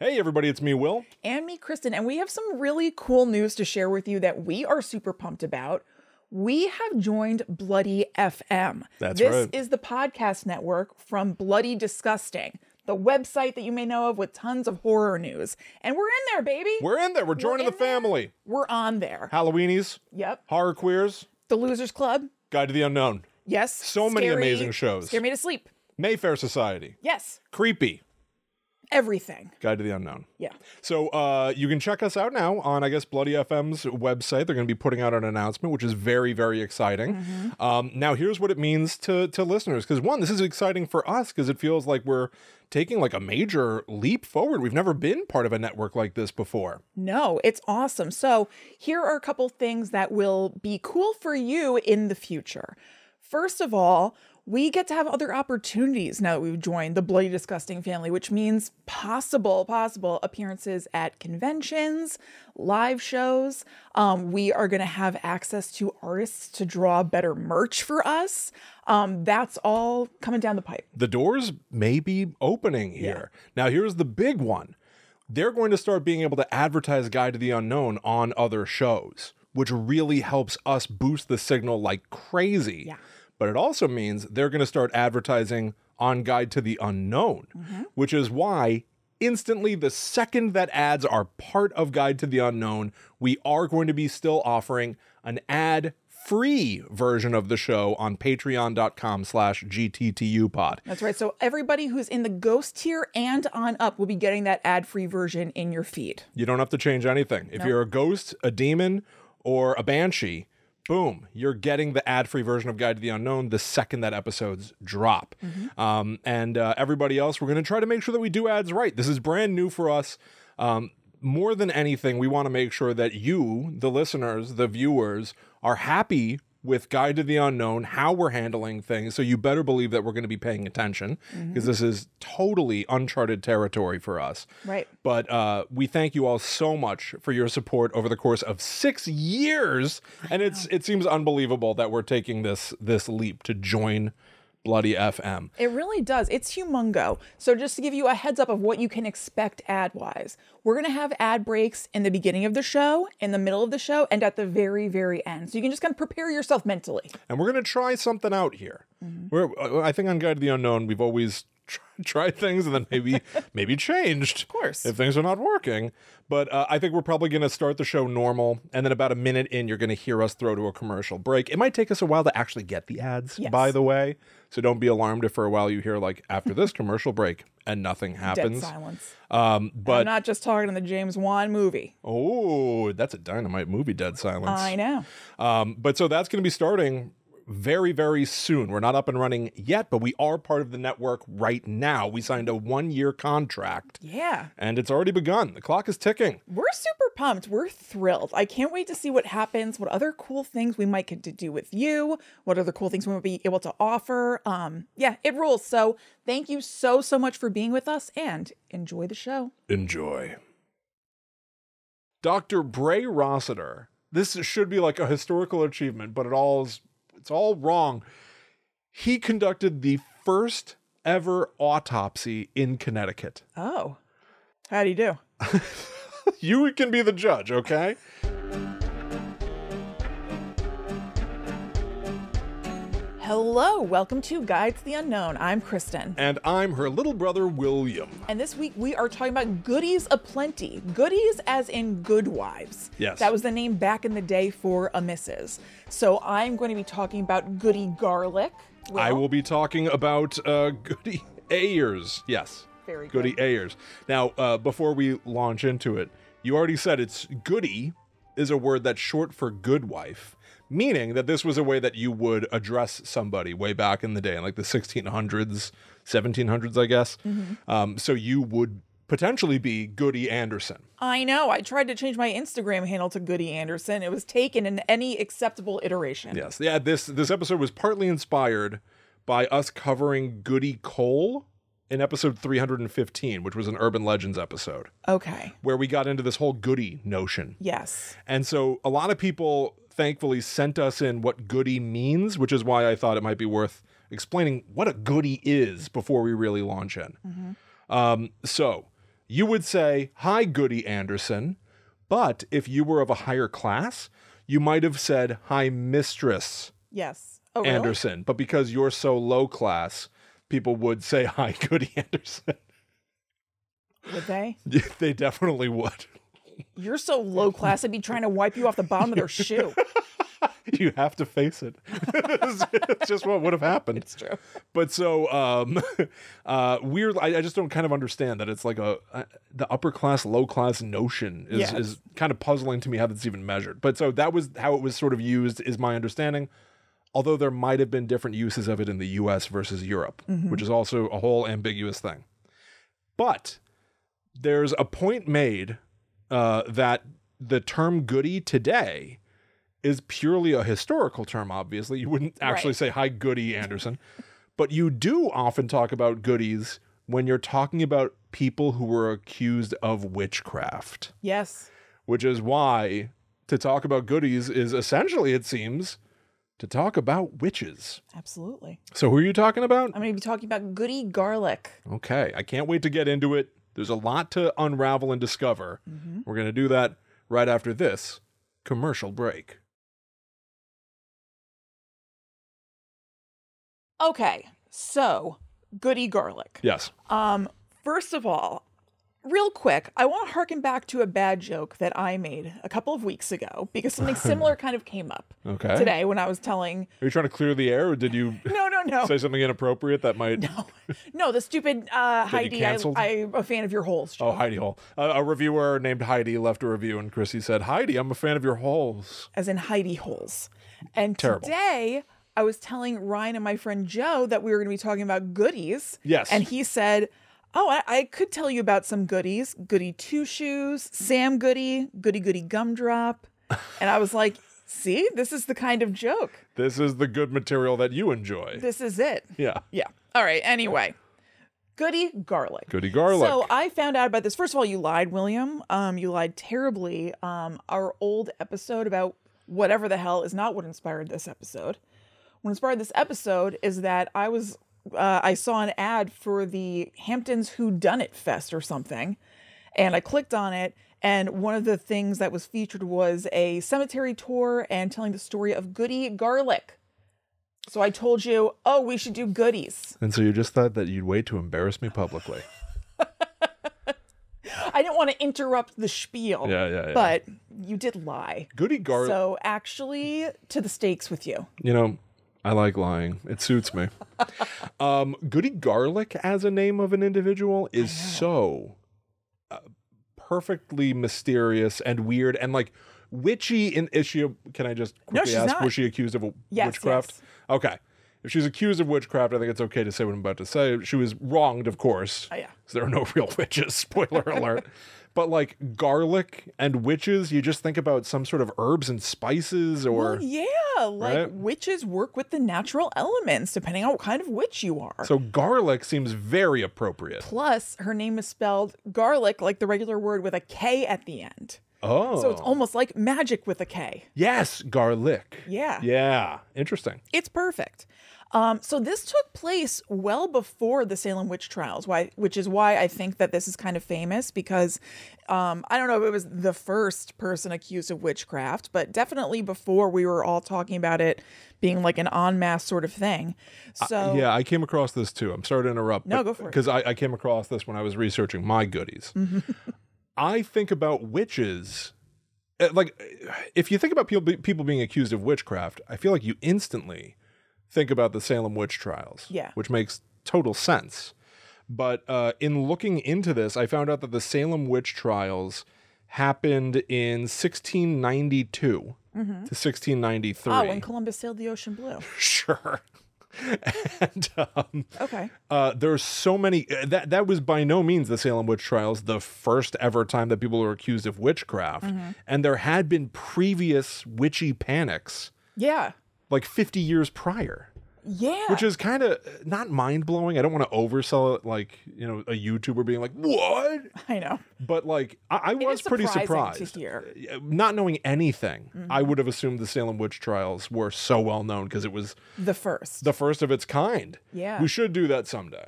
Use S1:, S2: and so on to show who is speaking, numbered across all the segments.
S1: Hey, everybody, it's me, Will.
S2: and me, Kristen, and we have some really cool news to share with you that we are super pumped about. We have joined Bloody FM.
S1: That's
S2: this
S1: right.
S2: is the podcast network from Bloody Disgusting, the website that you may know of with tons of horror news. And we're in there, baby.
S1: We're in there. We're joining
S2: in
S1: the
S2: there.
S1: family.
S2: We're on there.
S1: Halloweenies,
S2: Yep.
S1: horror queers,
S2: The Losers Club.
S1: Guide to the Unknown,
S2: Yes.
S1: So many amazing shows.
S2: Scare me to sleep.
S1: Mayfair Society,
S2: Yes.
S1: Creepy,
S2: Everything.
S1: Guide to the Unknown.
S2: Yeah.
S1: So uh, you can check us out now on, I guess, Bloody FM's website. They're going to be putting out an announcement, which is very, very exciting.
S2: Mm-hmm.
S1: Um, now, here's what it means to to listeners, because one, this is exciting for us because it feels like we're taking like a major leap forward. We've never been part of a network like this before.
S2: No, it's awesome. So, here are a couple things that will be cool for you in the future. First of all, we get to have other opportunities now that we've joined the Bloody Disgusting family, which means possible, possible appearances at conventions, live shows. Um, we are going to have access to artists to draw better merch for us. Um, that's all coming down the pipe.
S1: the doors may be opening here. Now, here's the big one they're going to start being able to advertise Guide to the Unknown on other shows, which really helps us boost the signal like crazy.
S2: Yeah.
S1: But it also means they're going to start advertising on Guide to the Unknown, which is why. Instantly, the second that ads are part of Guide to the Unknown, we are going to be still offering an ad free version of the show on patreon.com slash gttupod.
S2: That's right. So, everybody who's in the ghost tier and on up will be getting that ad free version in your feed.
S1: You don't have to change anything. If you're a ghost, a demon, or a banshee, boom, you're getting the ad free version of Guide to the Unknown the second that episodes drop. Um, and uh, everybody else, we're going to try to make sure that we do ads right. This is brand new for us. Um, more than anything, we want to make sure that you, the listeners, the viewers, are happy with Guide to the Unknown, how we're handling things. So you better believe that we're going to be paying attention because this is totally uncharted territory for us.
S2: Right.
S1: But uh, we thank you all so much for your support over the course of six years, and it's it seems unbelievable that we're taking this this leap to join Bloody FM.
S2: It really does. It's humongo. So, just to give you a heads up of what you can expect ad wise, we're going to have ad breaks in the beginning of the show, in the middle of the show, and at the very, very end. So, you can just kind of prepare yourself mentally.
S1: and we're gonna try something out here.
S2: Mm-hmm.
S1: We're, uh, I think on Guide to the Unknown, we've always tr- tried things and then maybe maybe changed, of
S2: course.
S1: if things are not working. But uh, I think we're probably gonna start the show normal, and then about a minute in, you're gonna hear us throw to a commercial break. It might take us a while to actually get the ads, by the way, so don't be alarmed if for a while you hear like after this commercial break and nothing
S2: Dead
S1: happens.
S2: silence.
S1: Um,
S2: I'm
S1: but
S2: not just talking in the James Wan movie.
S1: oh, that's a dynamite movie, Dead Silence.
S2: I know.
S1: Um, but so that's going to be starting very, very soon. We're not up and running yet, but we are part of the network right now. We signed a one year contract
S2: Yeah.
S1: and it's already begun. The clock is ticking.
S2: We're super pumped. We're thrilled. I can't wait to see what happens, what other cool things we might get to do with you, what other cool things we might be able to offer. Um, yeah, it rules. So thank you so, so much for being with us and enjoy the show.
S1: Enjoy. Dr. Bray Rossiter. This should be like a historical achievement, but it all is, it's all wrong. He conducted the first ever autopsy in Connecticut.
S2: Oh, how do you do?
S1: you can be the judge, okay?
S2: Hello, welcome to Guides to the Unknown. I'm Kristen.
S1: And I'm her little brother, William.
S2: And this week we are talking about goodies aplenty. Goodies as in good wives.
S1: Yes.
S2: That was the name back in the day for a missus. So I'm going to be talking about goody garlic.
S1: I
S2: Well,
S1: will be talking about uh, Goody Ayers. Yes.
S2: Very
S1: Goody Ayers. Now, uh, before we launch into it, you already said it's Goody is a word that's short for good wife, meaning that this was a way that you would address somebody way back in the day, in like the 1600s, 1700s, I guess. Um, so you would potentially be Goody Anderson.
S2: I know. I tried to change my Instagram handle to Goody Anderson. It was taken in any acceptable iteration.
S1: Yes. Yeah, this this episode was partly inspired by us covering Goody Cole in episode 315, which was an urban legends episode,
S2: Okay.
S1: where we got into this whole Goody notion.
S2: Yes.
S1: And so a lot of people thankfully sent us in what Goody means, which is why I thought it might be worth explaining what a Goody is before we really launch in. Um, so you would say, Hi, Goody Anderson. But if you were of a higher class, you might have said, Hi, Mistress
S2: Yes. Oh, really?
S1: Anderson. But because you're so low class, people would say, Hi, Goody Anderson.
S2: Would they?
S1: Yeah, they definitely would.
S2: You're so low class. I'd be trying to wipe you off the bottom of their shoe.
S1: You have to face it. it's just what would have happened.
S2: It's true.
S1: But so um, uh, weird. I, I just don't kind of understand that it's like a uh, the upper class, low class notion is,
S2: Yes.
S1: is kind of puzzling to me how that's even measured. But so that was how it was sort of used, is my understanding. Although there might have been different uses of it in the U.S. versus Europe,
S2: Mm-hmm.
S1: which is also a whole ambiguous thing. But there's a point made uh, that the term "goody" today is purely a historical term. Obviously, you wouldn't actually
S2: Right.
S1: say "Hi, goody Anderson," but you do often talk about goodies when you're talking about people who were accused of witchcraft,
S2: Yes.
S1: which is why to talk about goodies is essentially, it seems, to talk about witches.
S2: Absolutely.
S1: So, who are you talking about?
S2: I'm going to be talking about goody garlic.
S1: Okay, I can't wait to get into it. There's a lot to unravel and discover.
S2: Mm-hmm.
S1: We're going to do that right after this commercial break.
S2: Okay. So, goody garlic.
S1: Yes.
S2: Um, first of all, real quick, I want to harken back to a bad joke that I made a couple of weeks ago because something similar kind of came up
S1: Okay.
S2: today when I was telling.
S1: Are you trying to clear the air or did you
S2: No, no, no.
S1: say something inappropriate that might.
S2: no, no, the stupid uh, Heidi, I,
S1: canceled?
S2: I'm a fan of your holes.
S1: Oh, Heidi Hole. A a reviewer named Heidi left a review and Chrissy said, Heidi, I'm a fan of your holes.
S2: as in Heidi holes. And
S1: Terrible.
S2: today I was telling Ryan and my friend Joe that we were going to be talking about goodies.
S1: Yes.
S2: And he said, Oh, I, I could tell you about some goodies Goody Two Shoes, Sam Goody, Goody Goody Gumdrop. And I was like, See, this is the kind of joke.
S1: This is the good material that you enjoy.
S2: This is it.
S1: Yeah.
S2: Yeah. All right. Anyway, Goody Garlic.
S1: Goody garlic.
S2: So I found out about this. First of all, you lied, William. Um, you lied terribly. Um, our old episode about whatever the hell is not what inspired this episode. What inspired this episode is that I was uh, I saw an ad for the Hamptons Who Done It Fest or something, and I clicked on it. And one of the things that was featured was a cemetery tour and telling the story of Goody Garlic. So I told you, oh, we should do goodies.
S1: and so you just thought that you'd wait to embarrass me publicly.
S2: I didn't want to interrupt the spiel.
S1: Yeah, yeah, yeah.
S2: But you did lie.
S1: Goody garlic.
S2: So actually, to the stakes with you.
S1: You know, I like lying. It suits me. um, Goody Garlic as a name of an individual is so uh, perfectly mysterious and weird and like witchy in is she can I just quickly
S2: she's
S1: ask
S2: not.
S1: was she accused of w-
S2: Yes,
S1: witchcraft?
S2: yes.
S1: Okay. If she's accused of witchcraft, I think it's okay to say what I'm about to say. She was wronged, of course.
S2: Oh, yeah.
S1: 'cause there are no real witches, spoiler alert. But like garlic and witches, you just think about some sort of herbs and spices or
S2: Well, yeah, like
S1: Right?
S2: witches work with the natural elements, depending on what kind of witch you are.
S1: So garlic seems very appropriate.
S2: Plus, her name is spelled garlic, like the regular word, with a K at the end.
S1: Oh.
S2: So it's almost like magic with a K.
S1: yes, garlic.
S2: Yeah.
S1: Yeah. Interesting.
S2: It's perfect. Um, so this took place well before the Salem witch trials, why, which is why I think that this is kind of famous because um, I don't know if it was the first person accused of witchcraft, but definitely before we were all talking about it being like an en masse sort of thing. So
S1: Uh, Yeah, I came across this too. I'm sorry to interrupt.
S2: Oh. No, go for it.
S1: Because I, I came across this when I was researching my goodies. I think about witches. uh, Like, if you think about people, be- people being accused of witchcraft, I feel like you instantly think about the Salem witch trials.
S2: Yeah.
S1: Which makes total sense. But uh, in looking into this, I found out that the Salem witch trials happened in 1692 to 1693.
S2: Mm-hmm. oh, when Columbus sailed the ocean blue.
S1: sure. and um,
S2: Okay.
S1: uh, there's so many uh, that that was by no means the Salem witch trials the first ever time that people were accused of witchcraft,
S2: Mm-hmm.
S1: and there had been previous witchy panics
S2: Yeah.
S1: like 50 years prior
S2: Yeah.
S1: which is kind of not mind blowing. I don't want to oversell it, like you know, a YouTuber being like, "What?"
S2: I know.
S1: But like, I, I was
S2: is
S1: pretty
S2: surprising to
S1: surprised.
S2: hear. Mm-hmm.
S1: Uh, Not knowing anything, I would have assumed the Salem witch trials were so well known because it was
S2: The first.
S1: the first of its kind.
S2: Yeah.
S1: we should do that someday.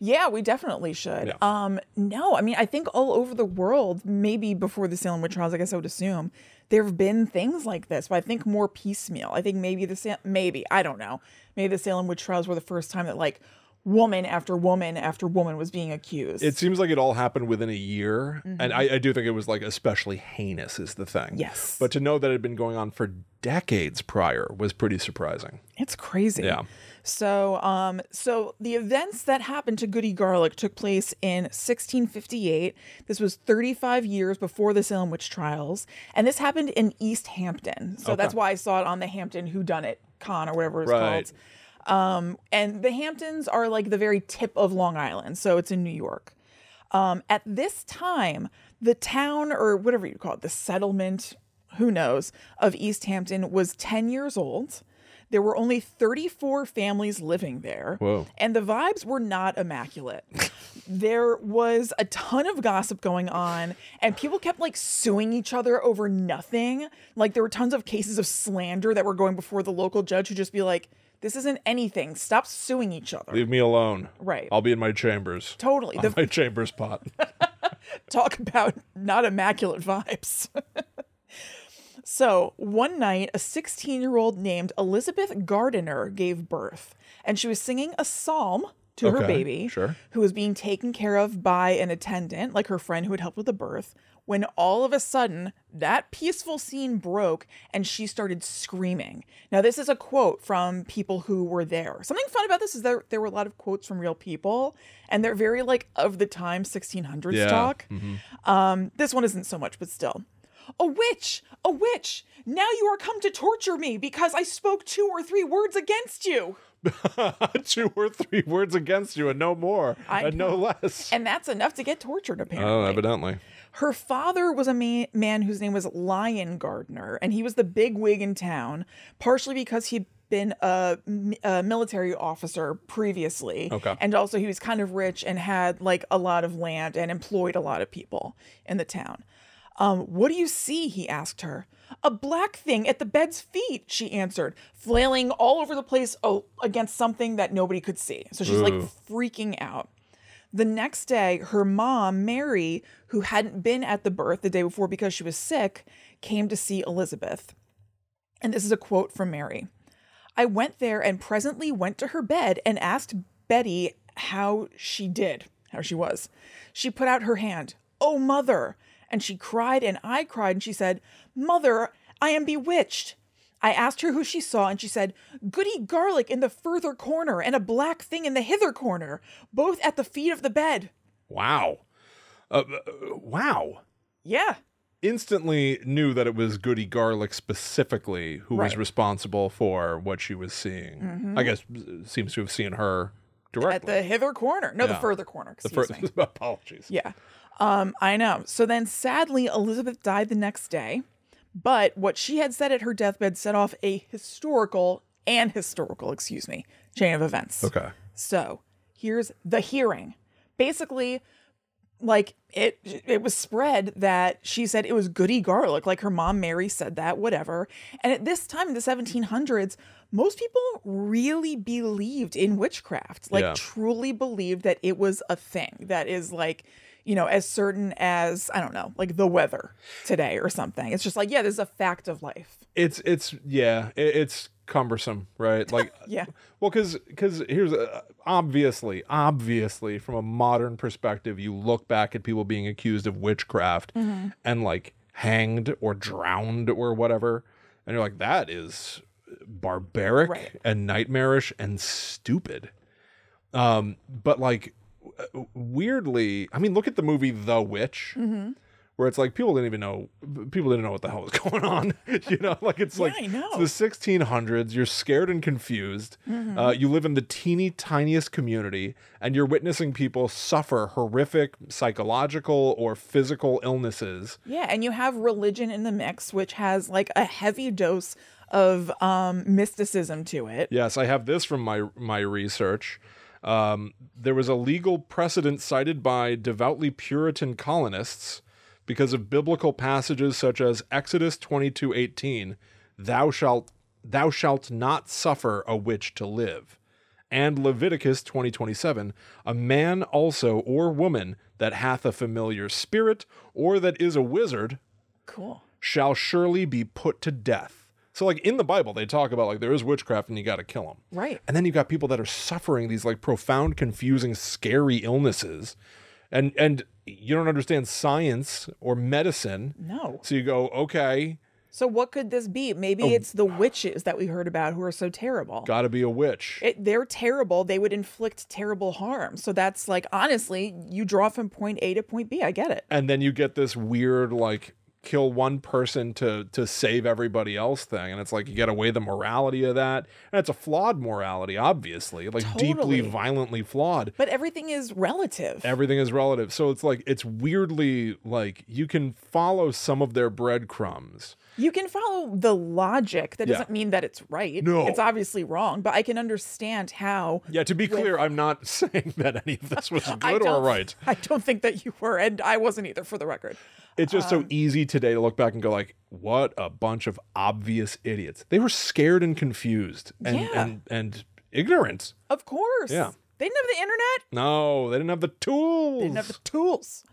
S2: Yeah, we definitely should.
S1: Yeah.
S2: Um, no, I mean, I think all over the world, maybe before the Salem witch trials, I guess I would assume there have been things like this, but I think more piecemeal. I think maybe the Sa- maybe I don't know. Maybe the Salem witch trials were the first time that like woman after woman after woman was being accused.
S1: It seems like it all happened within a year. And I, I do think it was like especially heinous, is the thing.
S2: Mm-hmm. Yes.
S1: But to know that it had been going on for decades prior was pretty surprising.
S2: It's crazy.
S1: Yeah.
S2: So, um, so the events that happened to Goody Garlic took place in 1658. This was 35 years before the Salem witch trials, and this happened in East Hampton. So that's why I saw it on the Hampton Who Done It con or whatever it's
S1: Right.
S2: called. Um, and the Hamptons are like the very tip of Long Island, so it's in New York. Um, at this time, the town or whatever you call it, the settlement, who knows, of East Hampton was 10 years old. There were only 34 families living there.
S1: Whoa.
S2: And the vibes were not immaculate. there was a ton of gossip going on, and people kept like suing each other over nothing. Like there were tons of cases of slander that were going before the local judge who'd just be like, this isn't anything. Stop suing each other.
S1: Leave me alone.
S2: Right.
S1: I'll be in my chambers.
S2: Totally. The,
S1: My chambers pot.
S2: talk about not immaculate vibes. so, one night, a 16 year old named Elizabeth Gardiner gave birth, and she was singing a psalm to her
S1: Okay,
S2: baby,
S1: sure.
S2: who was being taken care of by an attendant, like her friend who had helped with the birth. When all of a sudden, that peaceful scene broke and she started screaming. Now, this is a quote from people who were there. Something fun about this is there, there were a lot of quotes from real people, and they're very like of the time 1600s
S1: Yeah.
S2: talk. Um, this one isn't so much, but still. A witch! A witch! Now you are come to torture me because I spoke two or three words against you!
S1: Two or three words against you and no more.
S2: I
S1: and no less.
S2: And that's enough to get tortured, apparently.
S1: Oh, evidently.
S2: Her father was a ma- man whose name was Lion Gardner, and he was the big wig in town, partially because he'd been a, mi- a military officer previously.
S1: Okay.
S2: And also, he was kind of rich and had like a lot of land and employed a lot of people in the town. Um, what do you see? He asked her. A black thing at the bed's feet, she answered, flailing all over the place oh, against something that nobody could see. So she's like
S1: Ooh.
S2: freaking out. The next day, her mom, Mary, who hadn't been at the birth the day before because she was sick, came to see Elizabeth. And this is a quote from Mary I went there and presently went to her bed and asked Betty how she did, how she was. She put out her hand, Oh, mother! And she cried, and I cried, and she said, Mother, I am bewitched. I asked her who she saw, and she said, Goody garlic in the further corner, and a black thing in the hither corner, both at the feet of the bed.
S1: Wow. Uh, uh, wow.
S2: Yeah.
S1: Instantly knew that it was Goody Garlic specifically who was
S2: Right. Mm-hmm.
S1: responsible for what she was seeing. I guess uh, seems to have seen her
S2: At
S1: directly.
S2: the hither corner. No, the
S1: Yeah.
S2: further corner. Excuse me.
S1: Fir- Apologies.
S2: Yeah. Um, I know. So then sadly, Elizabeth died the next day. But what she had said at her deathbed set off a historical and historical, excuse me, chain of events.
S1: Okay.
S2: So here's the hearing. Basically, like it it was spread that she said it was goody garlic, like her mom Mary said that, whatever. And at this time in the 1700s, most people really believed in witchcraft, like
S1: Yeah.
S2: truly believed that it was a thing that is like, you know, as certain as I don't know, like the weather today or something. It's just like, yeah, this is a fact of life.
S1: It's it's yeah. It, it's cumbersome, right? Like
S2: Yeah.
S1: Well, because because here's uh, obviously obviously from a modern perspective, you look back at people being accused of witchcraft and like hanged or drowned or whatever, and you're like that is barbaric
S2: Right.
S1: and nightmarish and stupid. Um, but like w- weirdly, I mean, look at the movie The Witch.
S2: Mm-hmm.
S1: Where it's like people didn't even know people didn't know what the hell was going on, you know. Like it's like
S2: I
S1: it's
S2: know. Mm-hmm.
S1: the 1600s. You're scared and confused. Uh, you live in the teeny tiniest community, and you're witnessing people suffer horrific psychological or physical illnesses.
S2: Yeah, and you have religion in the mix, which has like a heavy dose of um, mysticism to it.
S1: Yes, I have this from my my research. Um, there was a legal precedent cited by devoutly Puritan colonists because of biblical passages such as Exodus twenty two eighteen, "Thou shalt thou shalt not suffer a witch to live," and Leviticus 20:27, a man also or woman that hath a familiar spirit or that is a wizard
S2: Cool.
S1: shall surely be put to death. So like in the Bible they talk about like there is witchcraft and you got to kill them.
S2: Right.
S1: And then you've got people that are suffering these like profound, confusing, scary illnesses, and and you don't understand science or medicine.
S2: No.
S1: So you go, okay,
S2: So what could this be? Maybe
S1: Oh.
S2: it's the witches that we heard about who are so terrible.
S1: got to be a witch.
S2: It, they're terrible. They would inflict terrible harm. So that's like honestly, you draw from point A to point B. I get it.
S1: and then you get this weird like kill one person to to save everybody else thing and it's like you got to weigh the morality of that and it's a flawed morality obviously like deeply
S2: Totally.
S1: violently flawed
S2: But everything is relative.
S1: everything is relative so it's like it's weirdly like you can follow some of their breadcrumbs
S2: you can follow the logic. That
S1: Yeah.
S2: doesn't mean that it's right.
S1: No.
S2: It's obviously wrong, but I can understand how
S1: Yeah, to be clear, I'm not saying that any of this was
S2: I
S1: good or
S2: don't-
S1: right.
S2: I don't think that you were, and I wasn't either, for the record.
S1: It's just
S2: um,
S1: so easy today to look back and go like, what a bunch of obvious idiots. They were scared and confused and
S2: Yeah.
S1: and, and ignorant.
S2: Of course.
S1: Yeah.
S2: They didn't have the internet.
S1: No, they didn't have the tools.
S2: They didn't have the tools.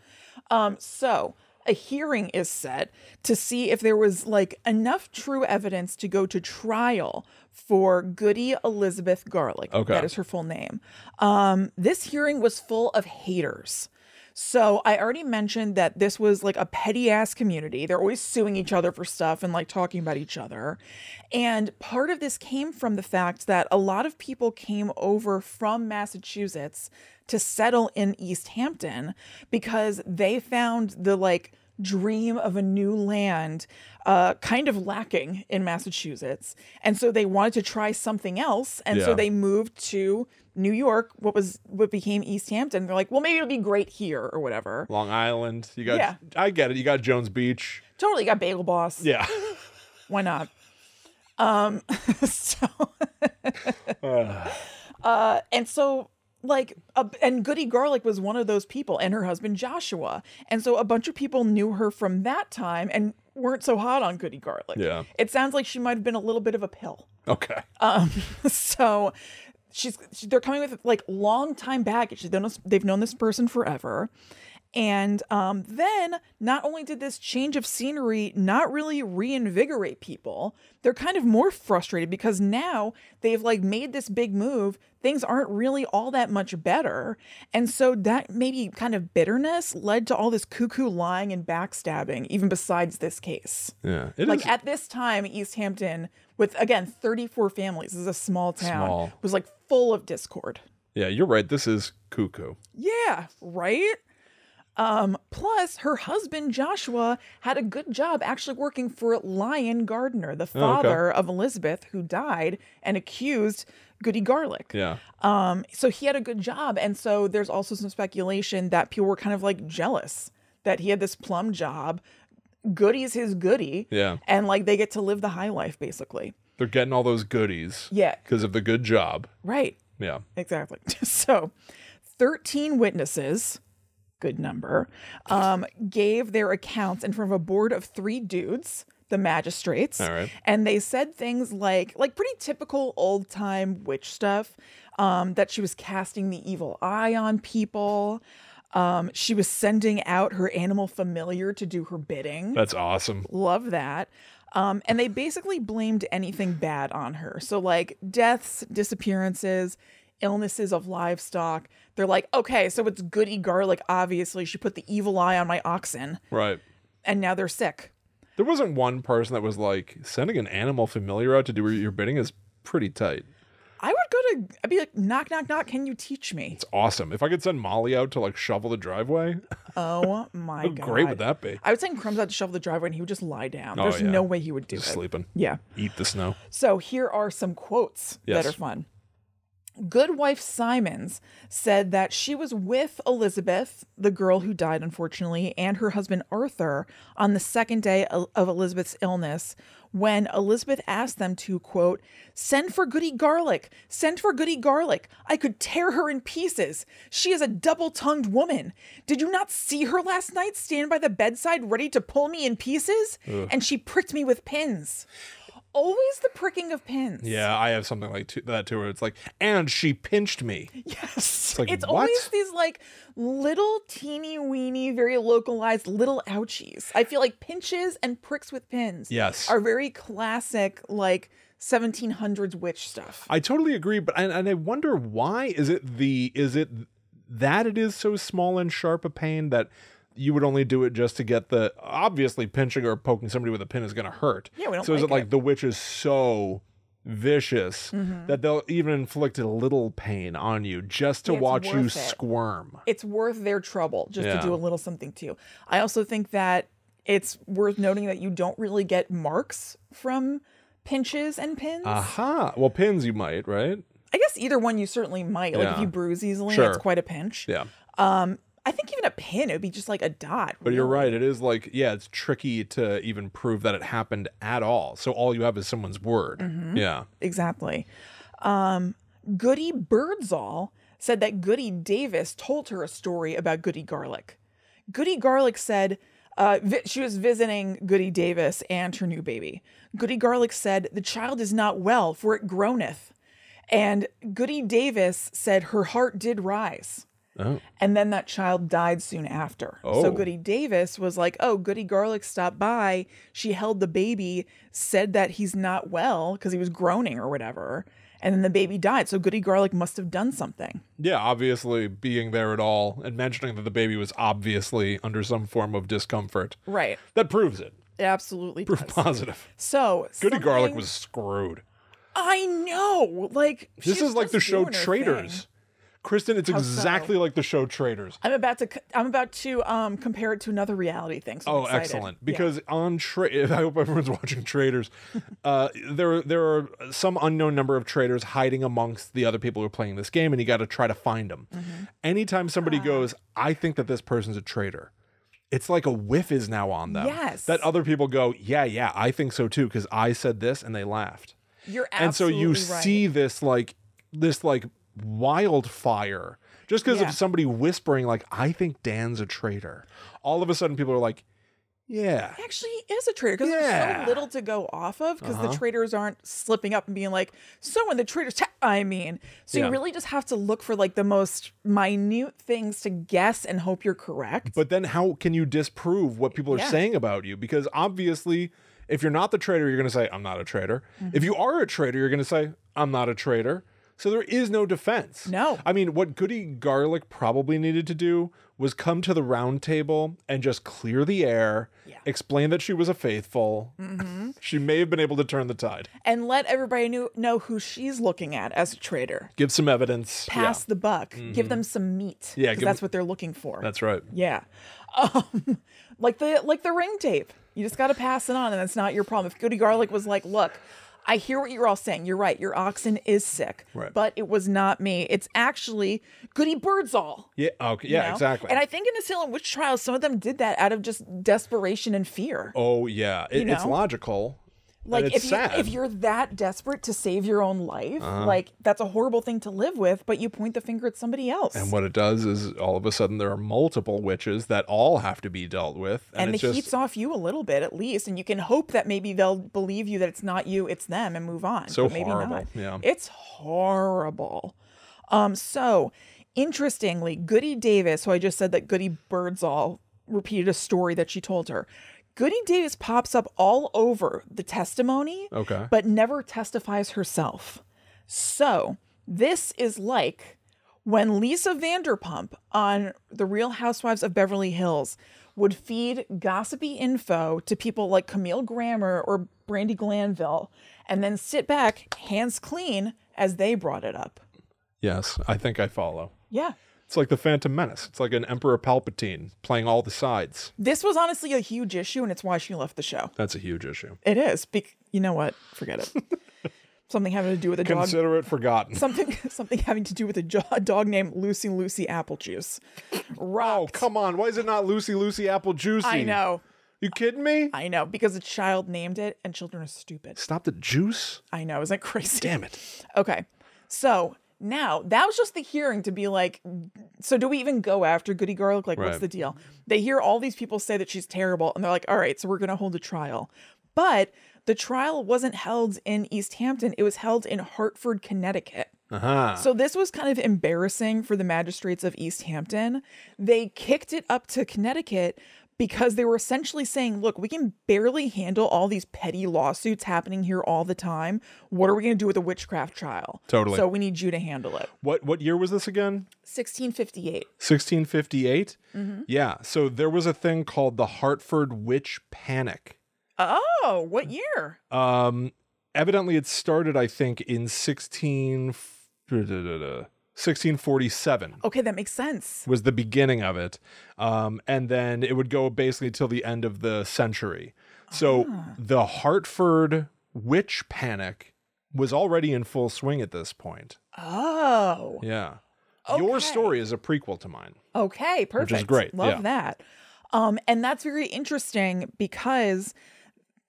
S2: Um, so a hearing is set to see if there was like enough true evidence to go to trial for Goody Elizabeth Garlick.
S1: Okay.
S2: That is her full name. Um, this hearing was full of haters. So I already mentioned that this was like a petty ass community. They're always suing each other for stuff and like talking about each other. And part of this came from the fact that a lot of people came over from Massachusetts to settle in East Hampton because they found the like dream of a new land uh, kind of lacking in Massachusetts. And so they wanted to try something else. And
S1: Yeah.
S2: so they moved to New York, what was what became East Hampton. They're like, well, maybe it'll be great here or whatever.
S1: Long Island. You got
S2: Yeah.
S1: I get it. You got Jones Beach.
S2: Totally got bagel boss.
S1: Yeah.
S2: Why not? Um, so, uh, and so like, a, and Goody Garlic was one of those people, and her husband Joshua, and so a bunch of people knew her from that time and weren't so hot on Goody Garlic.
S1: Yeah.
S2: it sounds like she might have been a little bit of a pill.
S1: Okay.
S2: Uh, so she's she, they're coming with like long time baggage they've known, this- they've known this person forever and um, then not only did this change of scenery not really reinvigorate people they're kind of more frustrated because now they've like made this big move things aren't really all that much better and so that maybe kind of bitterness led to all this cuckoo lying and backstabbing even besides this case
S1: yeah. It is
S2: like at this time, East Hampton, with again 34 families, this is a small town,
S1: Small.
S2: was like full of discord.
S1: Yeah, you're right. This is cuckoo.
S2: Yeah, right? Um, plus, her husband Joshua had a good job actually working for Lion Gardner, the
S1: Oh,
S2: father of Elizabeth, who died and accused Goody Garlic.
S1: Yeah.
S2: Um, so he had a good job, and so there's also some speculation that people were kind of like jealous that he had this plum job. Goody's his goody.
S1: Yeah.
S2: And like they get to live the high life basically.
S1: They're getting all those goodies.
S2: Yeah.
S1: Because of the good job.
S2: Right.
S1: Yeah.
S2: Exactly. So 13 witnesses, good number, um, gave their accounts in front of a board of three dudes, the magistrates.
S1: All right.
S2: And they said things like, like pretty typical old time witch stuff, um, that she was casting the evil eye on people. Um, she was sending out her animal familiar to do her bidding.
S1: That's awesome.
S2: Love that. Um, and they basically blamed anything bad on her. So, like deaths, disappearances, illnesses of livestock. They're like, okay, so it's goody garlic. Obviously, she put the evil eye on my oxen,
S1: Right.
S2: and now they're sick.
S1: There wasn't one person that was like sending an animal familiar out to do your bidding is pretty tight.
S2: I would go to, I'd be like, knock, knock, knock. Can you teach me?
S1: It's awesome. If I could send Molly out to like shovel the driveway,
S2: Oh my God.
S1: great would that be?
S2: I would send Crumbs out to shovel the driveway, and he would just lie down.
S1: Oh,
S2: There's
S1: yeah.
S2: no way he would do
S1: Just
S2: it.
S1: sleeping,
S2: Yeah.
S1: eat the snow.
S2: So here are some quotes
S1: Yes.
S2: that are fun. Good wife Simons said that she was with Elizabeth, the girl who died unfortunately, and her husband Arthur on the second day of of Elizabeth's illness when Elizabeth asked them to, quote, send for Goody Garlic, send for Goody Garlic. I could tear her in pieces. She is a double tongued woman. Did you not see her last night stand by the bedside ready to pull me in pieces? And she pricked me with pins. always the pricking of pins.
S1: Yeah, I have something like to, that too, where it's like, and she pinched me.
S2: Yes. It's,
S1: like, what?
S2: always these like little teeny weeny, very localized little ouchies. I feel like pinches and pricks with pins
S1: Yes.
S2: are very classic, like 1700s witch stuff.
S1: I totally agree, but and, and I wonder why is it the is it that it is so small and sharp a pain that you would only do it just to get the obviously pinching or poking somebody with a pin is going to hurt.
S2: Yeah, we don't
S1: so is
S2: like
S1: it like the witch is so vicious
S2: Mm-hmm.
S1: that they'll even inflict a little pain on you just to
S2: It's
S1: watch you
S2: worth it.
S1: squirm?
S2: it's worth their trouble just
S1: Yeah.
S2: to do a little something to you. I also think that it's worth noting that you don't really get marks from pinches and pins.
S1: Ah. Aha. Well, pins you might, right?
S2: I guess either one you certainly might. Like if
S1: Yeah.
S2: you bruise easily,
S1: Sure.
S2: that's quite a pinch.
S1: Yeah.
S2: I think even a pin, it would be just like a dot.
S1: But you're right. It is like, yeah, it's tricky to even prove that it happened at all. So all you have is someone's word.
S2: Mm-hmm.
S1: Yeah.
S2: Exactly. Um, Goody Birdsall said that Goody Davis told her a story about Goody Garlic. Goody Garlic said uh, vi- she was visiting Goody Davis and her new baby. Goody Garlic said, The child is not well, for it groaneth. And Goody Davis said her heart did rise.
S1: Oh.
S2: And then that child died soon after.
S1: Oh.
S2: So Goody Davis was like, "Oh, Goody Garlic stopped by. She held the baby, said that he's not well because he was groaning or whatever, and then the baby died. So Goody Garlic must have done something.
S1: Yeah, obviously being there at all and mentioning that the baby was obviously under some form of discomfort.
S2: Right.
S1: That proves it.
S2: It absolutely
S1: Proof
S2: does.
S1: positive.
S2: So
S1: Goody Garlic
S2: something-
S1: was screwed.
S2: I know. Like
S1: This
S2: she's
S1: is like the
S2: just
S1: show
S2: doing her thing.
S1: Traitors. Kristen, it's exactly like the show Traitors.
S2: I'm about to. c- I'm about to um compare it to another reality thing. So I'm
S1: Oh,
S2: excited.
S1: excellent!
S2: Yeah.
S1: Because on tra- I hope everyone's watching traders. Uh, there, there are some unknown number of traders hiding amongst the other people who are playing this game, and you got to try to find them.
S2: Mm-hmm.
S1: Anytime somebody
S2: Ah.
S1: goes, I think that this person's a traitor. It's like a whiff is now on them.
S2: Yes.
S1: That other people go, yeah, yeah, I think so too, because I said this, and they laughed
S2: you're
S1: and so
S2: absolutely
S1: you
S2: right.
S1: see this like this like wildfire just because
S2: Yeah.
S1: of somebody whispering like i think dan's a traitor all of a sudden people are like yeah
S2: actually is a traitor because
S1: Yeah. Uh-huh.
S2: there's so little to go off of because the traders aren't slipping up and being like, so when the traders, ta-" I mean, so
S1: Yeah.
S2: you really just have to look for like the most minute things to guess and hope you're correct.
S1: but then how can you disprove what people are
S2: Yeah.
S1: saying about you because obviously if you're not the traitor you're going to say i'm not a traitor
S2: Mm-hmm.
S1: if you are a traitor you're going to say i'm not a traitor so there is no defense
S2: No.
S1: i mean what goody garlic probably needed to do was come to the round table and just clear the air
S2: Yeah. Mm-hmm.
S1: explain that she was a faithful she may have been able to turn the tide
S2: and let everybody knew, know who she's looking at as a traitor.
S1: give some evidence Yeah. Mm-hmm.
S2: Pass the buck. Give them some meat.
S1: Yeah,
S2: 'cause
S1: give 'em-
S2: that's what they're looking for.
S1: that's right
S2: Yeah. Um, like the like the ring tape. You just gotta pass it on and that's not your problem. If Goody Garlic was like, look, I hear what you're all saying. You're right. Your oxen is sick.
S1: Right.
S2: But it was not me. It's actually Goody Birdsall.
S1: yeah okay
S2: you
S1: yeah
S2: know?
S1: exactly
S2: And I think in the Salem witch trials, some of them did that out of just desperation and fear.
S1: oh yeah It- it's
S2: know?
S1: logical and
S2: like
S1: it's
S2: if
S1: sad. Uh-huh.
S2: you if you're that desperate to save your own life, like that's a horrible thing to live with, but you point the finger at somebody else.
S1: And what it does is all of a sudden there are multiple witches that all have to be dealt with. And,
S2: and the
S1: it's just
S2: heat's off you a little bit at least and you can hope that maybe they'll believe you that it's not you it's them and move on
S1: So
S2: but maybe
S1: horrible,
S2: not
S1: yeah.
S2: it's horrible um so interestingly goody davis who i just said that goody birdsall repeated a story that she told her goody davis pops up all over the testimony
S1: Okay.
S2: but never testifies herself so this is like when Lisa Vanderpump on The Real Housewives of Beverly Hills would feed gossipy info to people like Camille Grammer or Brandy Glanville and then sit back, hands clean, as they brought it up.
S1: Yes, I think I follow.
S2: Yeah.
S1: It's like the Phantom Menace. It's like an Emperor Palpatine playing all the sides.
S2: This was honestly a huge issue, and it's why she left the show.
S1: That's a huge issue.
S2: It is. Bec- you know what? Forget it. Something having to do with a dog.
S1: Consider it forgotten.
S2: Something, something having to do with a, jo- a dog named Lucy Lucy Apple Juice.
S1: Oh,
S2: Rocked.
S1: come on. Why is it not Lucy Lucy Apple Juicy?
S2: I know.
S1: You kidding me?
S2: I know because a child named it and children are stupid.
S1: Stop the juice?
S2: I know, isn't it crazy?
S1: Damn it.
S2: Okay. So now that was just the hearing to be like, so do we even go after Goody Garlic? Like,
S1: Right.
S2: what's the deal? They hear all these people say that she's terrible and they're like, all right, so we're going to hold a trial. But the trial wasn't held in East Hampton, it was held in Hartford, Connecticut.
S1: Uh-huh.
S2: So this was kind of embarrassing for the magistrates of East Hampton. They kicked it up to Connecticut because they were essentially saying, look, we can barely handle all these petty lawsuits happening here all the time. What are we going to do with a witchcraft trial?
S1: Totally.
S2: So we need you to handle it.
S1: What what year was this again?
S2: 1658.
S1: 1658.
S2: Mm-hmm.
S1: Yeah. So there was a thing called the Hartford Witch Panic.
S2: Oh, what year?
S1: Um, evidently, it started, I think, in 16, 1647
S2: Okay, that makes sense.
S1: was the beginning of it. Um, and then it would go basically till the end of the century. So the Hartford witch panic was already in full swing at this point.
S2: Oh.
S1: Yeah. Your
S2: Okay.
S1: story is a prequel to mine.
S2: Okay, perfect.
S1: great,
S2: Love
S1: yeah.
S2: that. Um, and that's very interesting because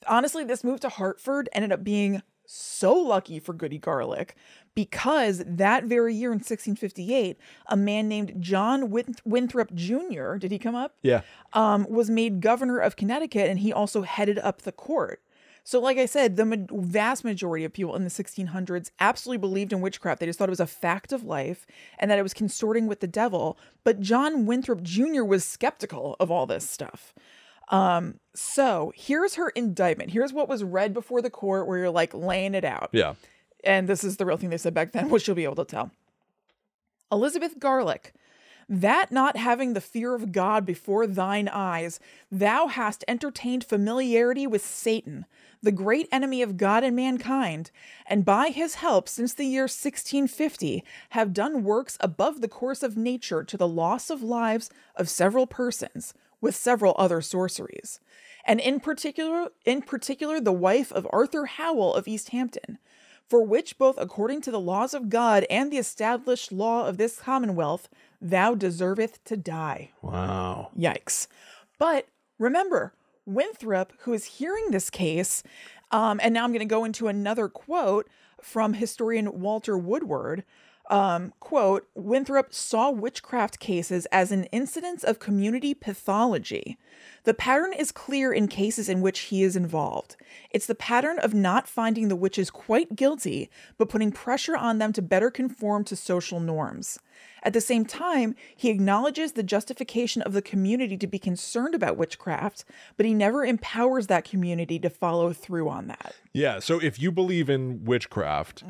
S2: honestly, this move to Hartford ended up being so lucky for Goody Garlic because that very year in 1658, a man named John Win- Winthrop Jr. Did he come up?
S1: Yeah.
S2: um, was made governor of Connecticut, and he also headed up the court. So, like I said, the ma- vast majority of people in the 1600s absolutely believed in witchcraft. They just thought it was a fact of life and that it was consorting with the devil. But John Winthrop Jr. was skeptical of all this stuff. Um, so, here's her indictment. Here's what was read before the court, where you're like laying it out
S1: Yeah.
S2: and this is the real thing they said back then, which you'll be able to tell. Elizabeth Garlick, that not having the fear of God before thine eyes, thou hast entertained familiarity with Satan, the great enemy of God and mankind, and by his help since the year 1650 have done works above the course of nature to the loss of lives of several persons, with several other sorceries, and in particular, in particular, the wife of Arthur Howell of East Hampton for which both according to the laws of God and the established law of this commonwealth, thou deserveth to die.
S1: Wow.
S2: Yikes. But remember, Winthrop, who is hearing this case, um, and now I'm going to go into another quote from historian Walter Woodward. Um, quote, Winthrop saw witchcraft cases as an incidence of community pathology. The pattern is clear in cases in which he is involved. It's the pattern of not finding the witches quite guilty, but putting pressure on them to better conform to social norms. At the same time, he acknowledges the justification of the community to be concerned about witchcraft, but he never empowers that community to follow through on that.
S1: Yeah. So if you believe in witchcraft,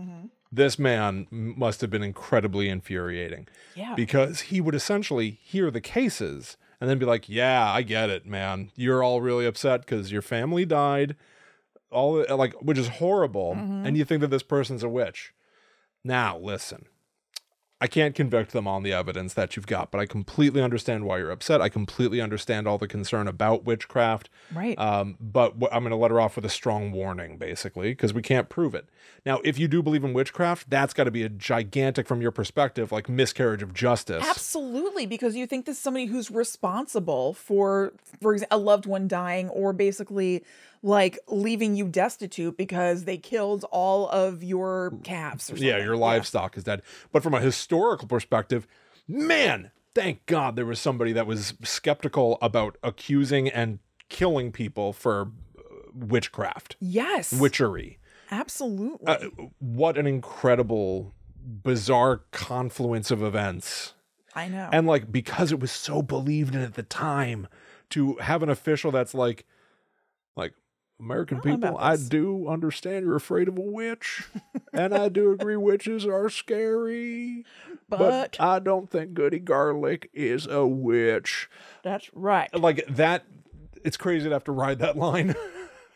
S1: this man m- must have been incredibly infuriating.
S2: Yeah.
S1: Because he would essentially hear the cases and then be like, yeah, I get it, man. You're all really upset because your family died, all like, which is horrible. And you think that this person's a witch. Now, listen. I can't convict them on the evidence that you've got, but I completely understand why you're upset. I completely understand all the concern about witchcraft.
S2: Right.
S1: Um, but wh- I'm going to let her off with a strong warning, basically, because we can't prove it. Now, if you do believe in witchcraft, that's got to be a gigantic, from your perspective, like miscarriage of justice.
S2: Absolutely, because you think this is somebody who's responsible for, for example, a loved one dying or basically like leaving you destitute because they killed all of your calves or something.
S1: Mm, Yeah, your livestock is dead. But from a historical perspective, man, thank God there was somebody that was skeptical about accusing and killing people for uh, witchcraft,
S2: Yes.
S1: witchery. Uh,
S2: absolutely.
S1: What an incredible, bizarre confluence of events.
S2: I know.
S1: And like because it was so believed in at the time, to have an official that's like, like American
S2: don't know
S1: people,
S2: about
S1: I
S2: this."
S1: do understand you're afraid of a witch, and I do agree witches are scary,
S2: but
S1: I don't think Goody Garlic is a witch.
S2: that's right.
S1: Like that, it's crazy to have to ride that line.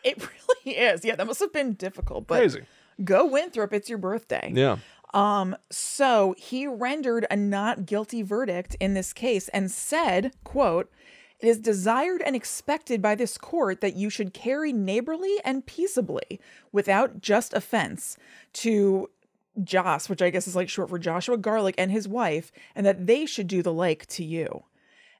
S2: It really is. Yeah, that must have been difficult. But
S1: crazy.
S2: go Winthrop, it's your birthday.
S1: Yeah.
S2: Um, so he rendered a not guilty verdict in this case and said, quote, it is desired and expected by this court that you should carry neighborly and peaceably, without just offense, to Joss, which I guess is like short for Joshua Garlic and his wife, and that they should do the like to you.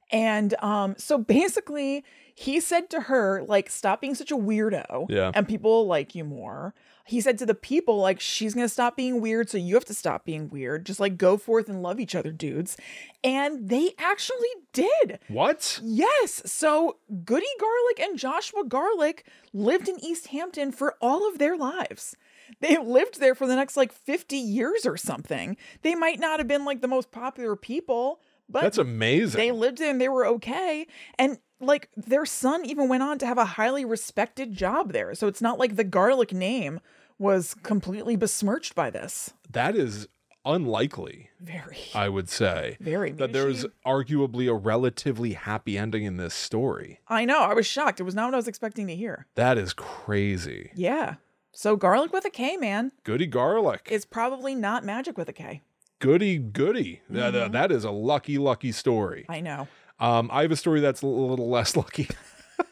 S2: And um, so basically, he said to her, like, stop being such a weirdo.
S1: Yeah.
S2: And people will like you more. He said to the people, like, she's going to stop being weird. So you have to stop being weird. Just like go forth and love each other, dudes. And they actually did.
S1: What?
S2: Yes. So Goody Garlic and Joshua Garlic lived in East Hampton for all of their lives. They lived there for the next like 50 years or something. They might not have been like the most popular people, but
S1: That's amazing.
S2: they lived there and they were okay. And like their son even went on to have a highly respected job there. So it's not like the garlic name was completely besmirched by this.
S1: that is unlikely,
S2: Very,
S1: I would say.
S2: very.
S1: That
S2: Maybe
S1: there's
S2: she-
S1: arguably a relatively happy ending in this story.
S2: I know. I was shocked. It was not what I was expecting to hear.
S1: That is crazy.
S2: Yeah. So garlic with a K, man,
S1: Goody garlic.
S2: is probably not magic with a K.
S1: goody goody. That- that- that is a lucky, lucky story.
S2: I know.
S1: Um, I have a story that's a little less lucky.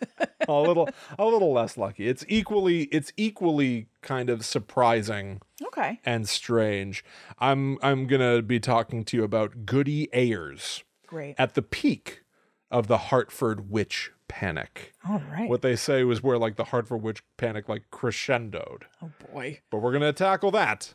S1: a little a little less lucky. It's equally it's equally kind of surprising
S2: Okay.
S1: and strange. I'm I'm gonna be talking to you about Goody Ayers
S2: Great.
S1: at the peak of the Hartford witch panic.
S2: All right.
S1: What they say was where like the Hartford witch panic like crescendoed.
S2: Oh boy.
S1: But we're gonna tackle that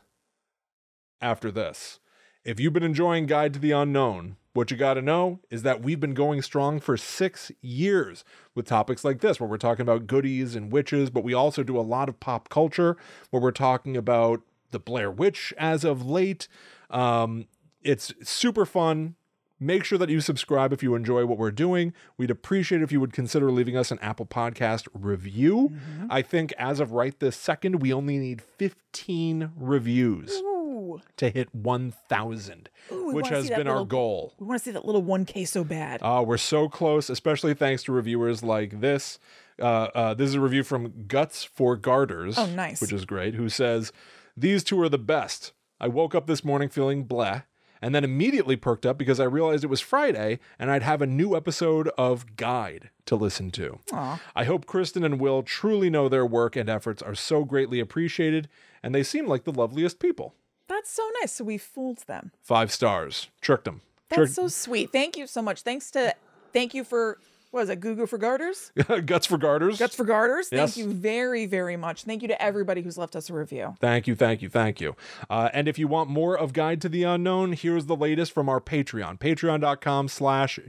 S1: after this. If you've been enjoying Guide to the Unknown, what you got to know is that we've been going strong for six years with topics like this, where we're talking about goodies and witches, but we also do a lot of pop culture, where we're talking about the Blair Witch as of late. Um, it's super fun. Make sure that you subscribe if you enjoy what we're doing. We'd appreciate it if you would consider leaving us an Apple Podcast review.
S2: Mm-hmm.
S1: I think as of right this second, we only need 15 reviews
S2: Ooh.
S1: to hit 1,000,
S2: Ooh, we
S1: which
S2: wanna
S1: has
S2: see that
S1: been our
S2: little-
S1: goal.
S2: We want to see that little 1K so bad.
S1: Uh, we're so close, especially thanks to reviewers like this. Uh, uh, this is a review from Guts for Garters.
S2: Oh, nice.
S1: Which is great. Who says, These two are the best. I woke up this morning feeling bleh and then immediately perked up because I realized it was Friday and I'd have a new episode of Guide to listen to.
S2: Aw.
S1: I hope Kristen and Will truly know their work and efforts are so greatly appreciated and they seem like the loveliest people.
S2: That's so nice. So we fooled them.
S1: Five stars. Tricked them.
S2: That's so sweet. Thank you so much. Thanks to thank you for what is it, Google for Garters?
S1: Guts for Garters.
S2: Guts for Garters.
S1: Yes.
S2: Thank you very, very much. Thank you to everybody who's left us a review.
S1: Thank you, thank you, thank you. Uh, and if you want more of Guide to the Unknown, here's the latest from our Patreon, patreon.com slash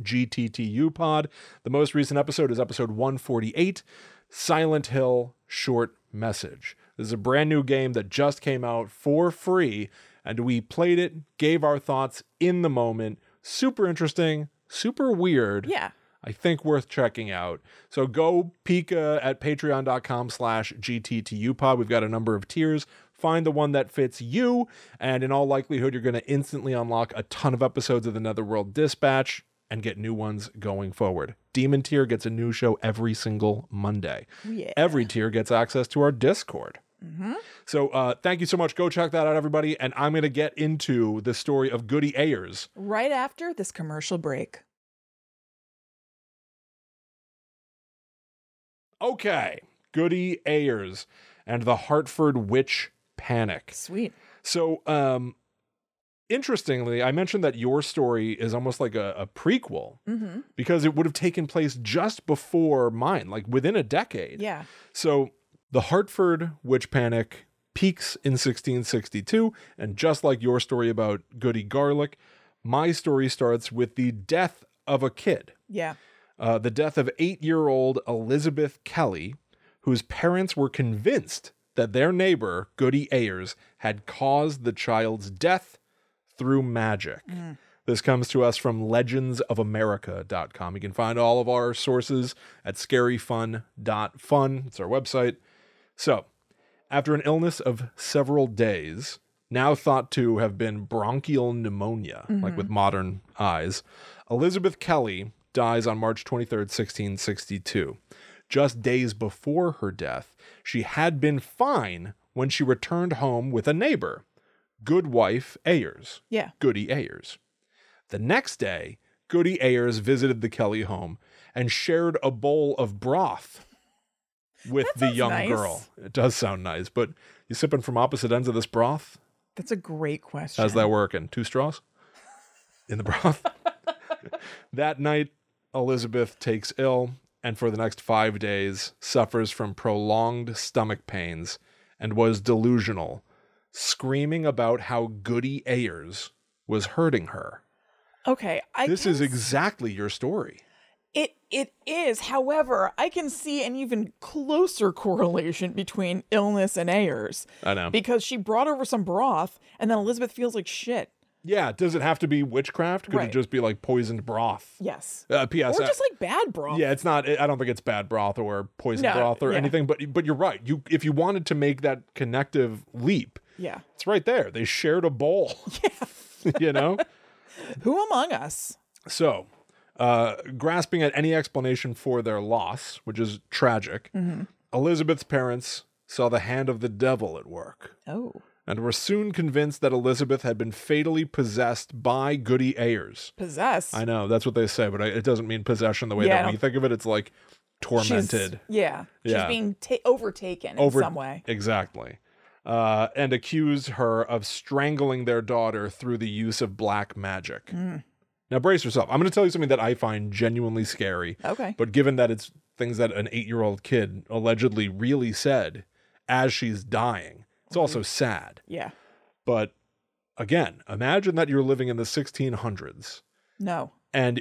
S1: gttupod. The most recent episode is episode 148, Silent Hill Short Message. This is a brand new game that just came out for free, and we played it, gave our thoughts in the moment. Super interesting, super weird.
S2: Yeah.
S1: I think worth checking out. So go peek uh, at patreon.com slash gttupod. We've got a number of tiers. Find the one that fits you, and in all likelihood, you're going to instantly unlock a ton of episodes of the Netherworld Dispatch and get new ones going forward. Demon Tier gets a new show every single Monday.
S2: Yeah.
S1: Every tier gets access to our Discord.
S2: Mm-hmm.
S1: So uh, thank you so much. Go check that out, everybody. And I'm going to get into the story of Goody Ayers
S2: Right after this commercial break.
S1: Okay, Goody Ayers and the Hartford Witch Panic.
S2: Sweet.
S1: So, um, interestingly, I mentioned that your story is almost like a, a prequel
S2: Mm-hmm.
S1: because it would have taken place just before mine, like within a decade.
S2: Yeah.
S1: So, the Hartford Witch Panic peaks in 1662, and just like your story about Goody Garlic, my story starts with the death of a kid
S2: Yeah.
S1: uh, the death of eight year old Elizabeth Kelly, whose parents were convinced that their neighbor, Goody Ayers, had caused the child's death through magic. This comes to us from legendsofamerica.com. You can find all of our sources at scaryfun.fun. It's our website. So, after an illness of several days, now thought to have been bronchial pneumonia, like with modern eyes, Elizabeth Kelly dies on March 23rd, 1662. Just days before her death, she had been fine when she returned home with a neighbor, Goodwife Ayers.
S2: Yeah.
S1: Goody Ayers. The next day, Goody Ayers visited the Kelly home and shared a bowl of broth with
S2: That
S1: the
S2: sounds
S1: young
S2: nice.
S1: girl. It does sound nice, but you sipping from opposite ends of this broth?
S2: That's a great question.
S1: How's that working? Two straws in the broth? that night, Elizabeth takes ill and for the next five days suffers from prolonged stomach pains and was delusional, screaming about how Goody Ayers was hurting her.
S2: Okay, I
S1: This
S2: can
S1: is exactly your story.
S2: It it is. However, I can see an even closer correlation between illness and Ayers
S1: I know.
S2: because she brought over some broth and then Elizabeth feels like shit.
S1: Yeah, does it have to be witchcraft? Could
S2: Right.
S1: it just be like poisoned broth?
S2: Yes.
S1: Uh, P.S.
S2: Or
S1: uh,
S2: just like bad broth.
S1: yeah, it's not. I don't think it's bad broth or poison
S2: No,
S1: broth or
S2: yeah.
S1: anything. But but you're right. You if you wanted to make that connective leap,
S2: Yeah.
S1: it's right there. They shared a bowl. you know.
S2: Who among us?
S1: So, uh, grasping at any explanation for their loss, which is tragic,
S2: Mm-hmm.
S1: Elizabeth's parents saw the hand of the devil at work
S2: Oh.
S1: and were soon convinced that Elizabeth had been fatally possessed by Goody Ayers.
S2: Possessed.
S1: I know that's what they say, but I, it doesn't mean possession the way
S2: Yeah, I
S1: that we
S2: don't-
S1: think of it. It's like
S2: She's-
S1: tormented.
S2: yeah.
S1: Yeah.
S2: She's being ta- overtaken
S1: over
S2: in some way.
S1: Exactly. Uh, and accused her of strangling their daughter through the use of black magic.
S2: Hmm.
S1: Now brace yourself. I'm going to tell you something that I find genuinely scary.
S2: Okay.
S1: But given that it's things that an 8-year-old kid allegedly really said as she's dying,
S2: Mm-hmm.
S1: it's also sad.
S2: yeah.
S1: But again, imagine that you're living in the 1600s
S2: No.
S1: and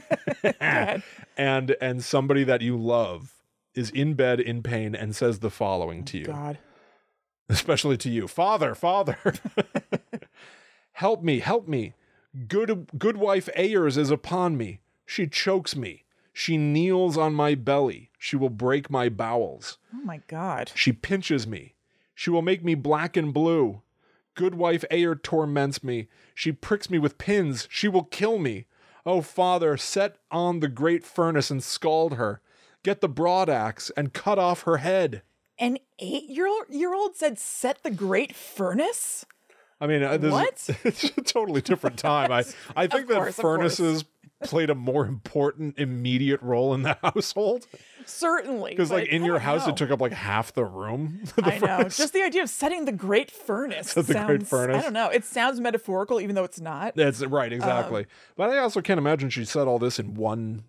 S2: ahead.
S1: and and somebody that you love is in bed in pain and says the following to you
S2: Oh God.
S1: especially to you. Father, father, help me, help me. Good, good wife Ayers is upon me. She chokes me. She kneels on my belly. She will break my bowels.
S2: Oh my God.
S1: She pinches me. She will make me black and blue. Good wife Ayer torments me. She pricks me with pins. She will kill me. Oh, father, set on the great furnace and scald her. Get the broad axe and cut off her head.
S2: An eight year old year old said set the great furnace?
S1: I mean, uh, this
S2: What?
S1: Is, it's a totally different time. I, I think that
S2: course, of course.
S1: furnaces played a more important immediate role in the household
S2: Certainly.
S1: because, like,
S2: but
S1: in
S2: I
S1: your
S2: don't
S1: house,
S2: know.
S1: it took up like half the room. the
S2: I know.
S1: furnace.
S2: Just the idea of setting the great furnace.
S1: Set the great
S2: sounds,
S1: furnace.
S2: I don't know. It sounds metaphorical, even though it's not.
S1: That's right, exactly. but I also can't imagine she said all this in one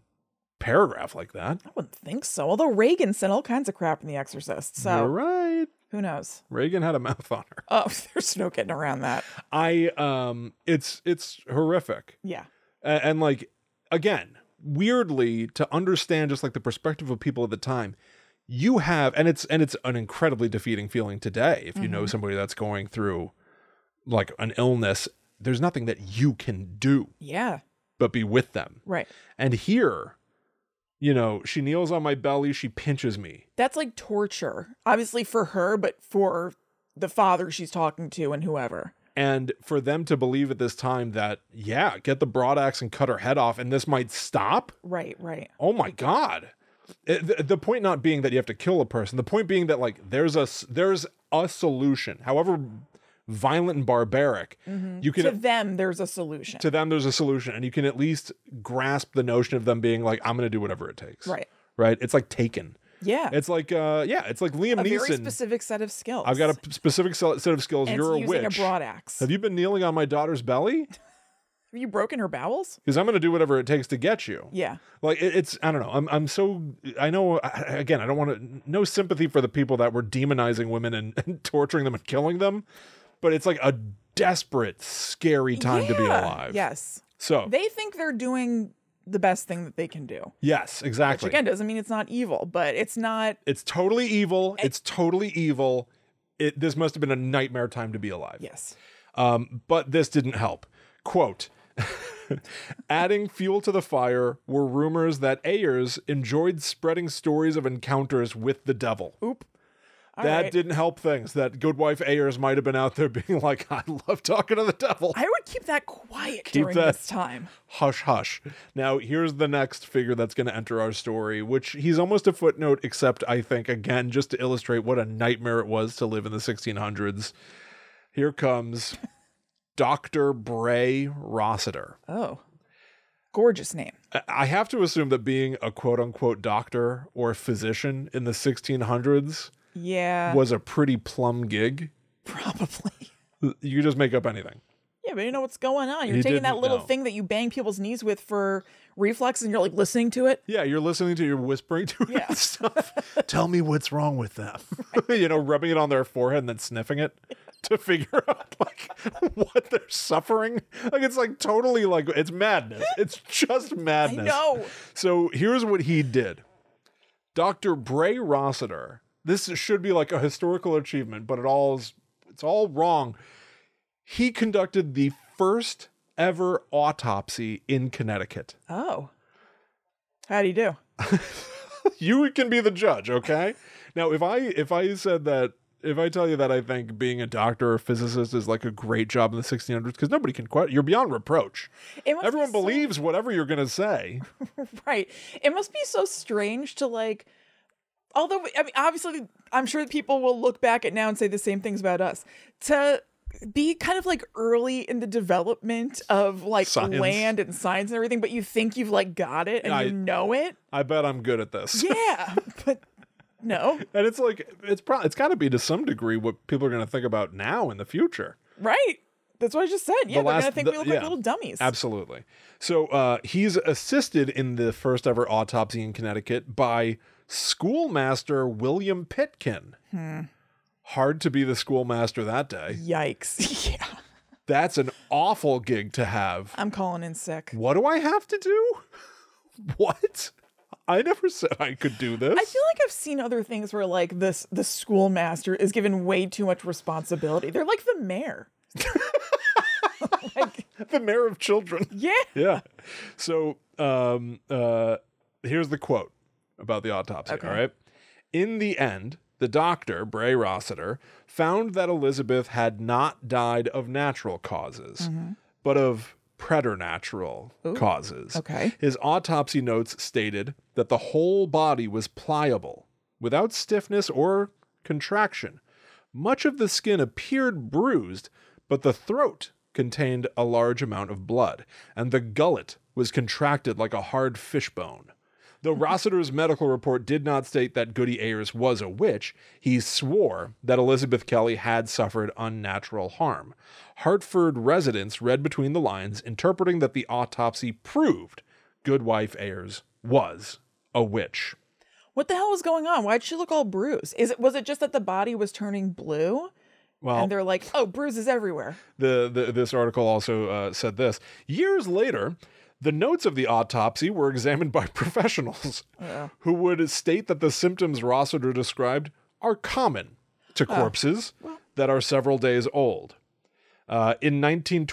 S1: paragraph like that.
S2: I wouldn't think so. Although Reagan said all kinds of crap in The Exorcist. So
S1: You're right.
S2: who knows?
S1: Reagan had a mouth on her.
S2: Oh, there's no getting around that.
S1: I um, it's it's horrific.
S2: Yeah.
S1: and, and like again weirdly to understand just like the perspective of people at the time you have and it's and it's an incredibly defeating feeling today if you know somebody that's going through like an illness there's nothing that you can do
S2: Yeah.
S1: but be with them
S2: Right.
S1: and here you know she kneels on my belly she pinches me
S2: That's like torture, obviously for her, but for the father she's talking to and whoever.
S1: and for them to believe at this time that yeah get the broad axe and cut her head off and this might stop
S2: Right. Right.
S1: oh my god It- the, the point not being that you have to kill a person the point being that like there's a s- there's a solution however violent and barbaric you can
S2: Mm-hmm. To them, there's a solution.
S1: to them there's a solution and you can at least grasp the notion of them being like i'm gonna do whatever it takes
S2: right.
S1: right it's like taken
S2: Yeah.
S1: it's like uh yeah it's like liam
S2: a very
S1: neeson
S2: specific set of skills.
S1: i've got a p- specific se- set of skills
S2: and
S1: you're a
S2: it's using
S1: witch
S2: a broad axe.
S1: have you been kneeling on my daughter's belly
S2: Have you broken her bowels?
S1: because i'm gonna do whatever it takes to get you
S2: Yeah.
S1: like it- it's i don't know i'm i'm so i know I- I- again i don't want to no sympathy for the people that were demonizing women and, and torturing them and killing them but it's like a desperate scary time to be
S2: Yeah.
S1: alive
S2: Yes.
S1: so
S2: They think they're doing the best thing that they can do.
S1: yes exactly
S2: Again, doesn't mean it's not evil, but it's not.
S1: it's totally evil it's totally evil it this must have been a nightmare time to be alive
S2: Yes.
S1: Um, but this didn't help. Quote Adding fuel to the fire were rumors that Ayers enjoyed spreading stories of encounters with the devil.
S2: Oop.
S1: that
S2: right.
S1: didn't help things. That good wife Ayers might have been out there being like, I love talking to the devil.
S2: I would keep that quiet during
S1: that-
S2: this time.
S1: Hush, hush. Now, here's the next figure that's going to enter our story, which he's almost a footnote, except I think, again, just to illustrate what a nightmare it was to live in the 1600s. Here comes Dr. Bray Rossiter.
S2: Oh. Gorgeous name.
S1: I- I have to assume that being a quote unquote doctor or physician in the 1600s
S2: Yeah.
S1: was a pretty plum gig.
S2: Probably.
S1: You could just make up anything.
S2: Yeah, but you know what's going on. You're
S1: He
S2: taking that
S1: didn't
S2: little
S1: know.
S2: thing that you bang people's knees with for reflex and you're like listening to it.
S1: Yeah, you're listening to, you're whispering to it
S2: Yeah.
S1: and stuff. Tell me what's wrong with them. you know, rubbing it on their forehead and then sniffing it to figure out like what they're suffering. Like it's like totally like it's madness. It's just madness.
S2: know.
S1: So here's what he did. Dr. Bray Rossiter. This should be like a historical achievement, but it all is it's all wrong. He conducted the first ever autopsy in Connecticut.
S2: Oh. How do you do?
S1: you can be the judge okay now if i if i said that if i tell you that i think being a doctor or physicist is like a great job in the 1600s because nobody can quit you're beyond reproach
S2: It must be
S1: everyone
S2: so-
S1: believes whatever you're going to say
S2: Right. It must be so strange to like although I mean obviously I'm sure people will look back at now and say the same things about us. To be kind of like early in the development of like
S1: Science.
S2: land and science and everything, but you think you've like got it and
S1: I-
S2: you know it.
S1: i bet i'm good at this
S2: Yeah. but no.
S1: and it's like it's probably it's got to be to some degree what people are going to think about now in the future
S2: Right. That's what I just said. Yeah, they're gonna
S1: last-
S2: think
S1: the-
S2: we look
S1: yeah.
S2: like little dummies.
S1: Absolutely. So uh, he's assisted in the first ever autopsy in Connecticut by schoolmaster William Pitkin. Hard to be the schoolmaster that day.
S2: Yikes. Yeah.
S1: That's an awful gig to have.
S2: I'm calling in sick.
S1: What do I have to do? What? I never said I could do this.
S2: I feel like I've seen other things where like this the schoolmaster is given way too much responsibility. They're like the mayor. like,
S1: the mayor of children.
S2: yeah.
S1: yeah. So um, uh, here's the quote about the autopsy. All right. In the end, the doctor, Bray Rossiter, found that Elizabeth had not died of natural causes, but of preternatural causes.
S2: okay.
S1: His autopsy notes stated that the whole body was pliable, without stiffness or contraction. Much of the skin appeared bruised, but the throat contained a large amount of blood, and the gullet was contracted like a hard fishbone. Though Rossiter's medical report did not state that Goody Ayers was a witch, he swore that Elizabeth Kelly had suffered unnatural harm. Hartford residents read between the lines, interpreting that the autopsy proved Goodwife Ayers was a witch.
S2: What the hell was going on? Why'd she look all bruised? Is it was it just that the body was turning blue?
S1: Well,
S2: And they're like, oh, bruises everywhere.
S1: the, the this article also uh, said this years later the notes of the autopsy were examined by professionals who would state that the symptoms rossiter described are common to corpses that are several days old uh, in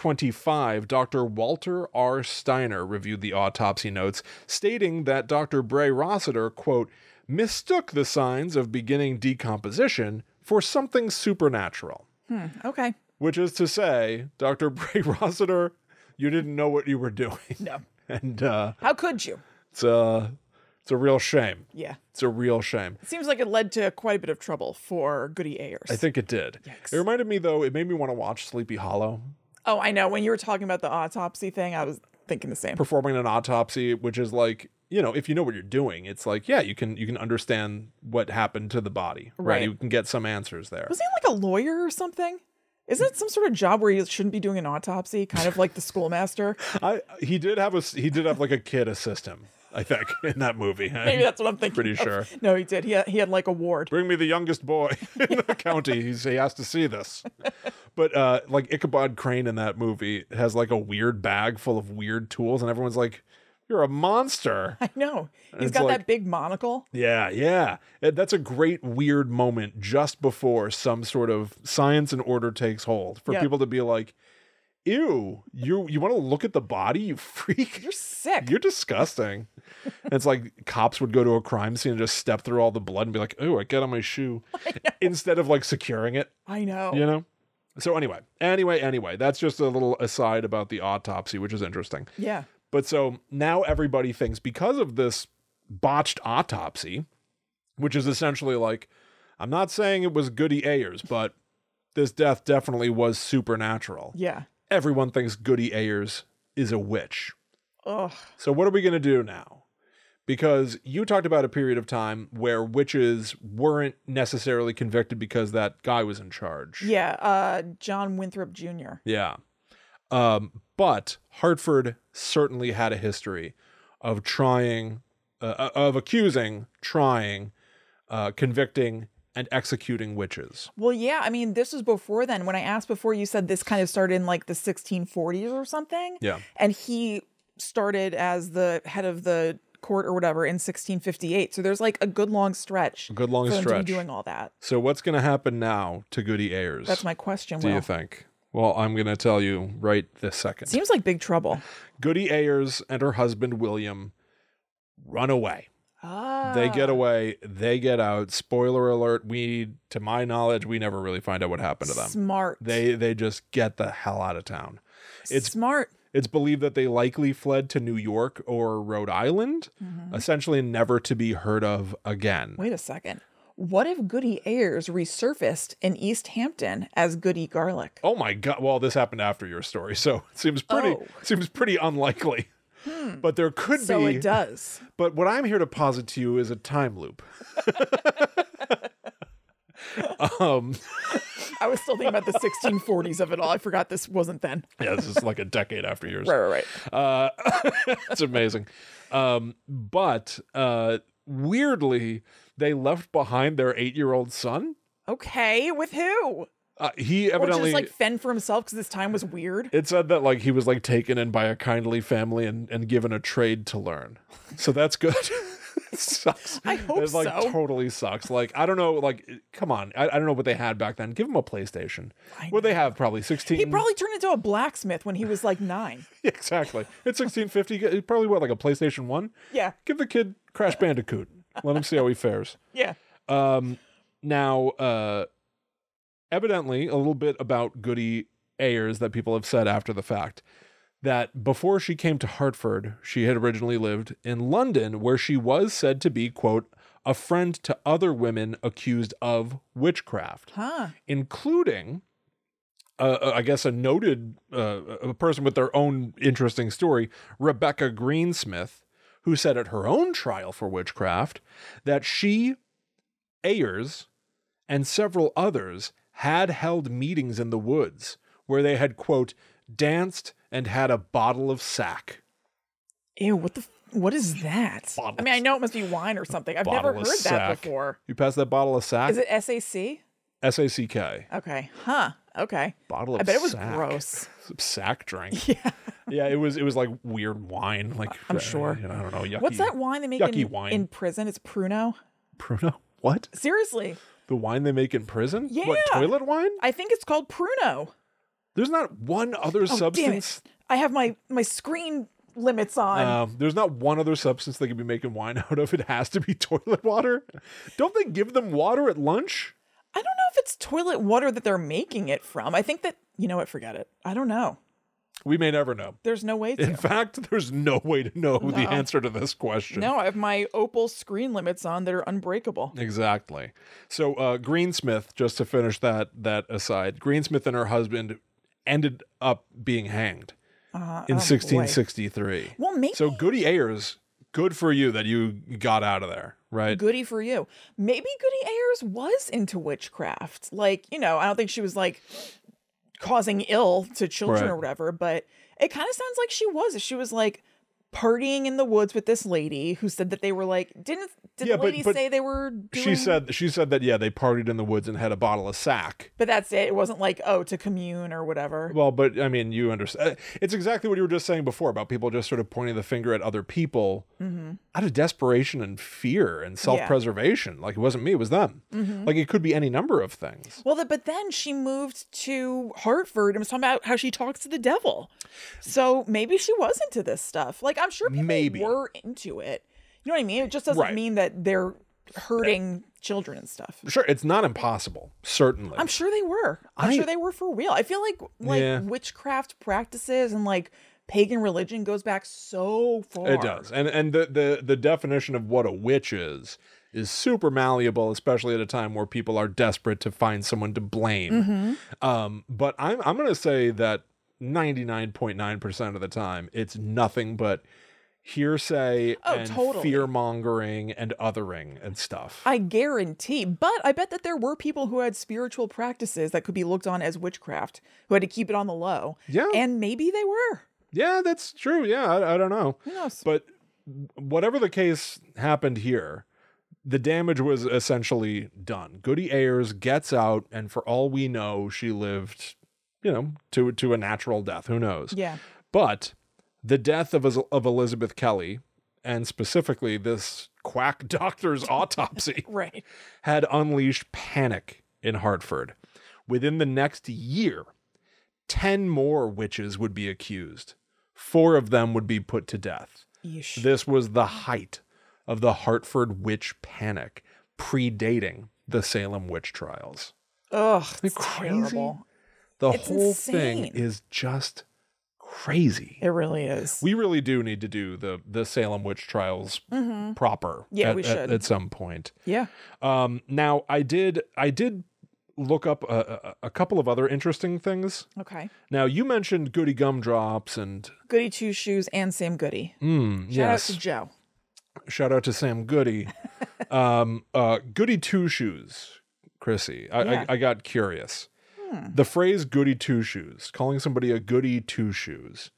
S1: 1925, Dr. Walter R. Steiner reviewed the autopsy notes, stating that Dr. Bray Rossiter, quote, mistook the signs of beginning decomposition for something supernatural.
S2: Okay.
S1: Which is to say, Dr. Bray Rossiter, you didn't know what you were doing.
S2: No.
S1: And uh,
S2: How could you?
S1: it's, a, it's a real shame.
S2: Yeah.
S1: It's a real shame.
S2: It seems like it led to quite a bit of trouble for Goody Ayers.
S1: I think it did. It reminded me, though, it made me want to watch Sleepy Hollow
S2: oh, I know. When you were talking about the autopsy thing, I was thinking the same.
S1: performing an autopsy, which is like, you know, if you know what you're doing, it's like, yeah, you can you can understand what happened to the body, right?
S2: Right.
S1: You can get some answers there.
S2: Wasn't he like a lawyer or something? Isn't it some sort of job where you shouldn't be doing an autopsy, kind of like the schoolmaster?
S1: I he did have a s- he did have like a kid assist him, I think, in that movie.
S2: Maybe that's what I'm thinking.
S1: Pretty
S2: of.
S1: sure.
S2: No, he did. He had, he had like a ward.
S1: bring me the youngest boy in the county. He's, he has to see this. But uh, like Ichabod Crane in that movie has like a weird bag full of weird tools, and everyone's like, "You're a monster."
S2: I know. He's
S1: It's
S2: got
S1: like-
S2: that big monocle.
S1: yeah, yeah. That- That's a great weird moment just before some sort of science and order takes hold for
S2: Yeah.
S1: people to be like, "Ew, you you want to look at the body, you freak."
S2: You're sick.
S1: You're disgusting. And it's like cops would go to a crime scene and just step through all the blood and be like, "Oh, I got on my shoe," instead of like securing it
S2: I know.
S1: you know so anyway anyway anyway that's just a little aside about the autopsy which is interesting
S2: Yeah.
S1: but so now everybody thinks because of this botched autopsy which is essentially like i'm not saying it was goody ayers but this death definitely was supernatural
S2: Yeah.
S1: everyone thinks goody ayers is a witch
S2: Ugh.
S1: so what are we going to do now because you talked about a period of time where witches weren't necessarily convicted because that guy was in charge
S2: Yeah. Uh, John Winthrop Jr.
S1: yeah. Um, but Hartford certainly had a history of trying, uh, of accusing, trying, uh, convicting, and executing witches.
S2: Well, yeah, I mean, this was before then. When I asked before, you said this kind of started in like the 1640s or something.
S1: Yeah.
S2: And he started as the head of the court or whatever in 1658. So there's like a good long stretch.
S1: A good long
S2: for them to be
S1: stretch.
S2: doing all that.
S1: So what's going to happen now to Goody Ayers?
S2: That's my question.
S1: do
S2: Will.
S1: you think? Well, I'm going to tell you right this second.
S2: Seems like big trouble.
S1: Goody Ayers and her husband William run away.
S2: Ah.
S1: They get away. They get out. Spoiler alert: We, to my knowledge, we never really find out what happened to them.
S2: Smart.
S1: um, They they just get the hell out of town.
S2: it's
S1: it's-
S2: smart.
S1: It's believed that they likely fled to New York or Rhode Island,
S2: Mm-hmm.
S1: essentially never to be heard of again.
S2: Wait a second. What if Goody Ayers resurfaced in East Hampton as Goody Garlic?
S1: Oh my god! Well, this happened after your story, so it seems pretty
S2: Oh. Hmm.
S1: seems pretty unlikely. But there could
S2: So
S1: be.
S2: it does.
S1: But what I'm here to posit to you is a time loop. um,
S2: I was still thinking about the 1640s of it all. I forgot this wasn't then.
S1: yeah, this is like a decade after yours.
S2: Right, right, right.
S1: Uh, it's amazing. Um, but uh, weirdly, they left behind their eight-year-old son.
S2: Okay, with who?
S1: Uh, he
S2: Or
S1: evidently
S2: just like fend for himself because this time was weird.
S1: it said that like he was like taken in by a kindly family and, and given a trade to learn. So that's good. It sucks.
S2: I hope
S1: it, like,
S2: so.
S1: Totally sucks. Like I don't know. Like come on. I, I don't know what they had back then. Give him a PlayStation.
S2: I
S1: What they have probably sixteen.
S2: He probably turned into a blacksmith when he was like nine.
S1: exactly. It's sixteen fifty. Probably what like a PlayStation one.
S2: Yeah,
S1: Give the kid Crash Bandicoot. Let him see how he fares.
S2: yeah.
S1: Um, now, uh, evidently, a little bit about Goody Ayers that people have said after the fact that before she came to Hartford, she had originally lived in London, where she was said to be, quote, a friend to other women accused of witchcraft,
S2: Huh.
S1: including. Uh, I guess a noted uh, a person with their own interesting story, Rebecca Greensmith, who said at her own trial for witchcraft that she Ayers and several others had held meetings in the woods where they had, quote, danced and had a bottle of sack.
S2: Ew, what the f- what is that? I mean, I know it must be wine or something. I've never
S1: Bottle
S2: heard
S1: of
S2: that
S1: sack.
S2: before.
S1: You pass that bottle of sack?
S2: Is it SAC?
S1: S A C K.
S2: Okay. Huh. Okay.
S1: Bottle of
S2: I bet it was
S1: sack.
S2: gross.
S1: Sack drink. Yeah. yeah, it was it was like weird wine. Like I'm
S2: sure.
S1: I don't know. Yucky,
S2: What's that wine they make
S1: Yucky
S2: in,
S1: wine.
S2: in prison? It's Pruno.
S1: Pruno? What?
S2: Seriously,
S1: The wine they make in prison? What
S2: Yeah.
S1: toilet wine?
S2: I think it's called Pruno.
S1: There's not one other
S2: Oh, Damn
S1: substance.
S2: it. I have my my screen limits on.
S1: Um, there's not one other substance they could be making wine out of. It has to be toilet water. Don't they give them water at lunch?
S2: I don't know if it's toilet water that they're making it from. I think that you know what, forget it. I don't know.
S1: We may never know.
S2: There's no way
S1: In
S2: to.
S1: fact, there's no way to know the answer to this question.
S2: No, I have my opal screen limits on that are unbreakable.
S1: Exactly. So uh, Greensmith, just to finish that that aside, Greensmith and her husband ended up being hanged in 1663.
S2: Well, maybe
S1: So Goody Ayers, good for you that you got out of there, right?
S2: goody for you. Maybe Goody Ayers was into witchcraft. Like, you know, I don't think she was like causing ill to children
S1: Right.
S2: or whatever, but it kind of sounds like she was. She was like partying in the woods with this lady who said that they were like didn't did
S1: Yeah,
S2: the
S1: but-
S2: lady
S1: but
S2: say they were doing
S1: She said she said that yeah, they partied in the woods and had a bottle of sack.
S2: but that's it. It wasn't like, oh, to commune or whatever.
S1: Well, but I mean, you understand. It's exactly what you were just saying before about people just sort of pointing the finger at other people out of desperation and fear and self preservation. Like it wasn't me, it was them. Like it could be any number of things.
S2: Well, th- but then she moved to Hartford and was talking about how she talks to the devil. So maybe she was into this stuff. Like I'm sure people
S1: Maybe.
S2: were into it. You know what I mean? It just doesn't
S1: Right.
S2: mean that they're hurting children and stuff.
S1: Sure, it's not impossible, certainly.
S2: I'm sure they were. I'm
S1: I-
S2: sure they were for real. I feel like like
S1: Yeah.
S2: witchcraft practices and like pagan religion goes back so far.
S1: it does. And and the, the the definition of what a witch is is super malleable, especially at a time where people are desperate to find someone to blame.
S2: Mm-hmm.
S1: Um, but I'm I'm gonna say that 99.9% of the time it's nothing but hearsay
S2: Oh,
S1: and
S2: totally.
S1: fear mongering and othering and stuff.
S2: I guarantee. But I bet that there were people who had spiritual practices that could be looked on as witchcraft, who had to keep it on the low.
S1: Yeah.
S2: And maybe they were.
S1: yeah, that's true. Yeah, I, I don't know.
S2: Who knows?
S1: But whatever the case happened here, the damage was essentially done. Goody Ayers gets out, and for all we know, she lived, you know, to to a natural death. Who knows?
S2: yeah.
S1: But the death of, of Elizabeth Kelly, and specifically this quack doctor's autopsy,
S2: Right.
S1: had unleashed panic in Hartford. Within the next year, 10 more witches would be accused. Four of them would be put to death.
S2: Yeesh.
S1: This was the height of the Hartford witch panic, predating the Salem witch trials.
S2: Ugh. It's
S1: crazy?
S2: terrible.
S1: The
S2: It's
S1: whole thing
S2: insane.
S1: is just crazy.
S2: It really is.
S1: We really do need to do the the Salem witch trials proper.
S2: Mm-hmm. Yeah,
S1: at,
S2: we
S1: at-
S2: should.
S1: at some point.
S2: yeah.
S1: Um, now, I did I did look up a, a, a couple of other interesting things.
S2: Okay.
S1: Now, you mentioned Goody Gumdrops and
S2: Goody two shoes and Sam Goody.
S1: mm,
S2: Shout
S1: yes,
S2: out to Joe.
S1: shout out to Sam Goody. um, uh, Goody Two Shoes, Chrissy. I,
S2: Yeah. Hmm.
S1: I, I got curious. The phrase Goody Two Shoes, calling somebody a Goody Two Shoes.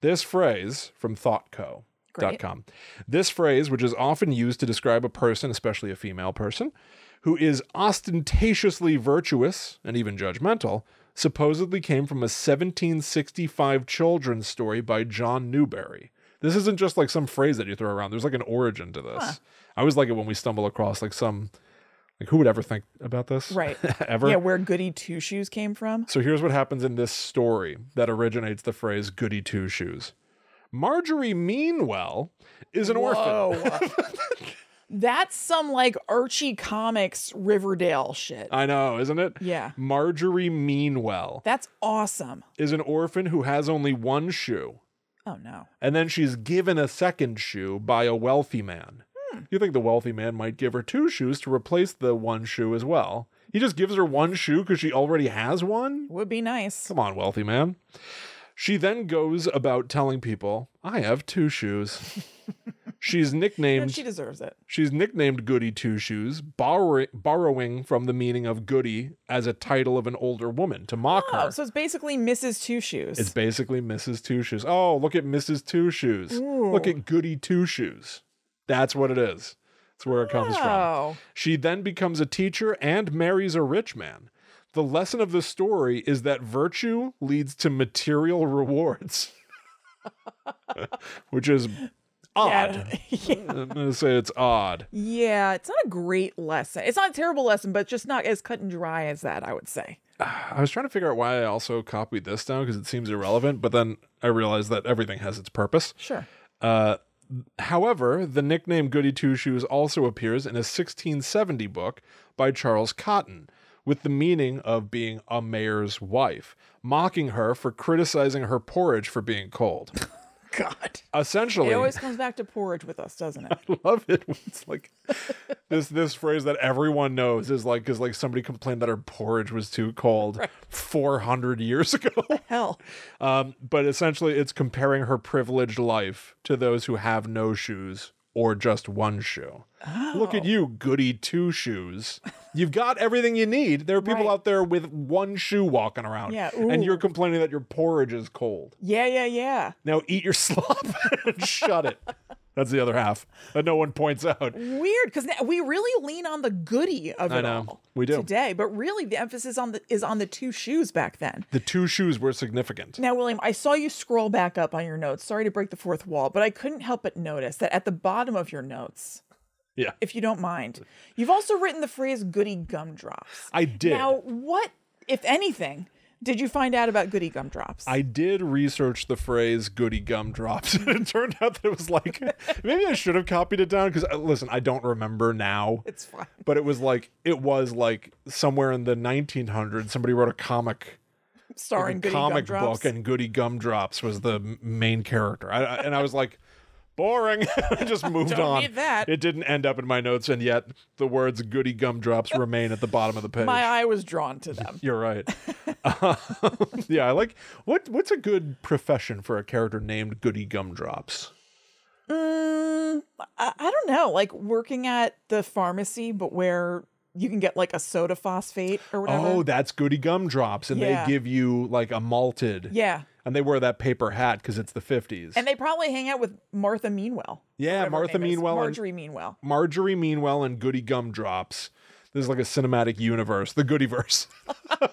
S1: This phrase from ThoughtCo. Dot
S2: Great.
S1: com. This phrase, which is often used to describe a person, especially a female person, who is ostentatiously virtuous and even judgmental, supposedly came from a 1765 children's story by John Newberry. This isn't just like some phrase that you throw around. There's like an origin to this. I always like it when we stumble across like some, like who would ever think about this?
S2: Right.
S1: ever?
S2: Yeah, where Goody two shoes came from.
S1: So here's what happens in this story that originates the phrase goody two shoes. Marjorie Meanwell is an orphan.
S2: Whoa. That's some like Archie Comics Riverdale shit.
S1: I know, isn't it?
S2: Yeah.
S1: Marjorie Meanwell
S2: That's awesome.
S1: is an orphan who has only one shoe,
S2: Oh no.
S1: and then she's given a second shoe by a wealthy man.
S2: Hmm.
S1: You think the wealthy man might give her two shoes to replace the one shoe as well? He just gives her one shoe because she already has one?
S2: Would be nice.
S1: Come on, wealthy man. She then goes about telling people, I have two shoes. she's nicknamed
S2: She deserves it.
S1: she's nicknamed Goody Two Shoes, borrowing borrowing from the meaning of goody as a title of an older woman to mock
S2: Oh,
S1: her.
S2: so it's basically Mrs. Two Shoes.
S1: It's basically Mrs. Two Shoes. Oh, look at Mrs. Two Shoes. Look at Goody Two Shoes. That's what it is. That's where it comes from.
S2: oh,
S1: She then becomes a teacher and marries a rich man. The lesson of the story is that virtue leads to material rewards, which is odd.
S2: yeah.
S1: I'm going to say it's odd.
S2: yeah, it's not a great lesson. It's not a terrible lesson, but just not as cut and dry as that. I would say.
S1: I was trying to figure out why I also copied this down because it seems irrelevant, but then I realized that everything has its purpose.
S2: Sure.
S1: Uh, however, the nickname Goody Two Shoes also appears in a 1670 book by Charles Cotton with the meaning of being a mayor's wife, mocking her for criticizing her porridge for being cold.
S2: God,
S1: Essentially,
S2: it always comes back to porridge with us, doesn't it?
S1: love it. when It's like this this phrase that everyone knows is like because like somebody complained that her porridge was too cold 400 years ago.
S2: Hell,
S1: Um, but essentially, it's comparing her privileged life to those who have no shoes or just one shoe. Look
S2: Oh.
S1: at you, goody two shoes. You've got everything you need. There are people
S2: Right.
S1: out there with one shoe walking around.
S2: Yeah,
S1: And you're
S2: ooh.
S1: complaining that your porridge is cold.
S2: yeah, yeah, yeah.
S1: Now eat your slop and shut it. That's the other half that no one points out.
S2: Weird, because we really lean on the goody of
S1: I
S2: it
S1: know.
S2: all
S1: We do.
S2: today, but really the emphasis on the is on the two shoes back then.
S1: The two shoes were significant.
S2: Now, William, I saw you scroll back up on your notes. Sorry to break the fourth wall, but I couldn't help but notice that at the bottom of your notes,
S1: Yeah.
S2: if you don't mind, you've also written the phrase goody gumdrops.
S1: I did.
S2: Now, what, if anything, did you find out about goody gumdrops?
S1: I did research the phrase "goody gumdrops," and it turned out that it was like maybe I should have copied it down because listen, I don't remember now,
S2: it's fine.
S1: but it was like it was like somewhere in the 1900s, somebody wrote a comic
S2: Starring goody
S1: comic
S2: gumdrops.
S1: book, and Goody Gumdrops was the m- main character, I, I- and I was like. Boring. I just moved
S2: Don't
S1: on.
S2: need that.
S1: It didn't end up in my notes, and yet the words "goody gumdrops" remain at the bottom of the page.
S2: My eye was drawn to them.
S1: You're right. Um, yeah, I like what what's a good profession for a character named Goody Gumdrops?
S2: Mm, I, I don't know. Like working at the pharmacy, but where you can get like a soda phosphate or whatever.
S1: Oh, that's Goody Gumdrops, and
S2: Uh-huh. Yeah.
S1: they give you like a malted.
S2: yeah.
S1: And they wear that paper hat because it's the 50s.
S2: And they probably hang out with Martha Meanwell.
S1: yeah,
S2: whatever her
S1: Martha
S2: name is,
S1: Meanwell and
S2: Marjorie Meanwell.
S1: Marjorie Meanwell and Goody Gumdrops. This is like a cinematic universe, the Goodyverse.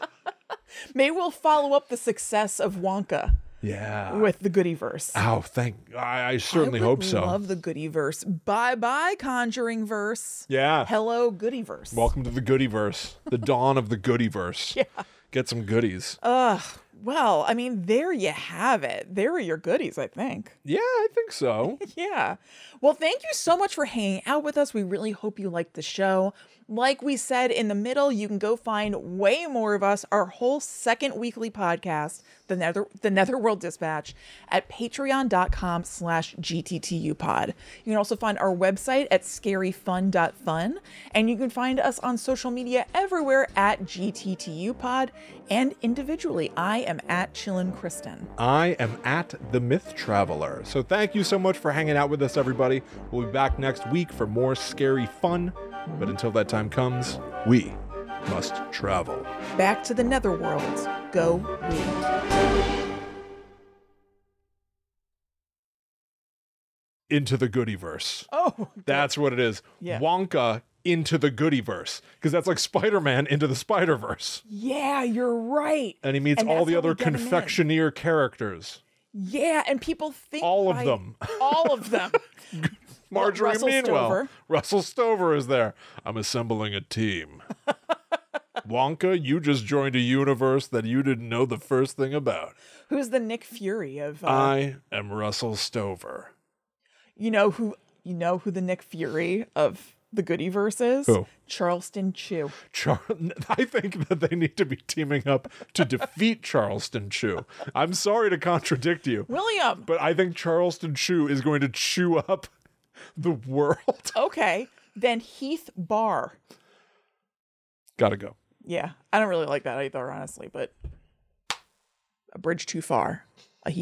S2: Maybe we'll follow up the success of Wonka
S1: Yeah.
S2: with the Goodyverse.
S1: oh, thank. I, I certainly
S2: I would
S1: hope so.
S2: Love the Goodyverse. Bye bye, Conjuring Verse.
S1: yeah.
S2: Hello, Goodyverse.
S1: Welcome to the Goodyverse, the dawn of the Goodyverse. Yeah. Get some goodies.
S2: Ugh. Well, I mean, there you have it. There are your goodies, I think.
S1: yeah, I think so.
S2: Yeah. Well, thank you so much for hanging out with us. We really hope you liked the show. Like we said in the middle, you can go find way more of us, our whole second weekly podcast, the Nether the Netherworld Dispatch, at patreon.com slash gttupod. You can also find our website at scaryfun.fun, and you can find us on social media everywhere at gttupod and individually. I am at Chillin' Kristen.
S1: I am at the Myth Traveler. So thank you so much for hanging out with us, everybody. We'll be back next week for more scary fun. But until that time comes, we must travel.
S2: Back to the Netherworlds. Go we.
S1: Into the Goodyverse.
S2: Oh,
S1: That's what it is.
S2: Yeah.
S1: Wonka into the Goodyverse. Because that's like Spider Man into the Spider Verse.
S2: yeah, you're right.
S1: And he meets
S2: And
S1: all
S2: that's
S1: the
S2: how we
S1: other
S2: get 'em in.
S1: confectioneer characters.
S2: Yeah, and people think
S1: All of
S2: by-
S1: them.
S2: All of them.
S1: Marjorie
S2: Russell
S1: Meanwell.
S2: Stover.
S1: Russell Stover is there. I'm assembling a team. Wonka, you just joined a universe that you didn't know the first thing about.
S2: Who's the Nick Fury of? Uh,
S1: I am Russell Stover.
S2: you know who? You know who the Nick Fury of the Goodyverse is?
S1: Who?
S2: Charleston Chew.
S1: Char- I think that they need to be teaming up to defeat Charleston Chew. I'm sorry to contradict you,
S2: William.
S1: but I think Charleston Chew is going to chew up the world.
S2: Okay, then Heath Barr.
S1: Gotta go.
S2: Yeah, I don't really like that either, honestly. But a bridge too far.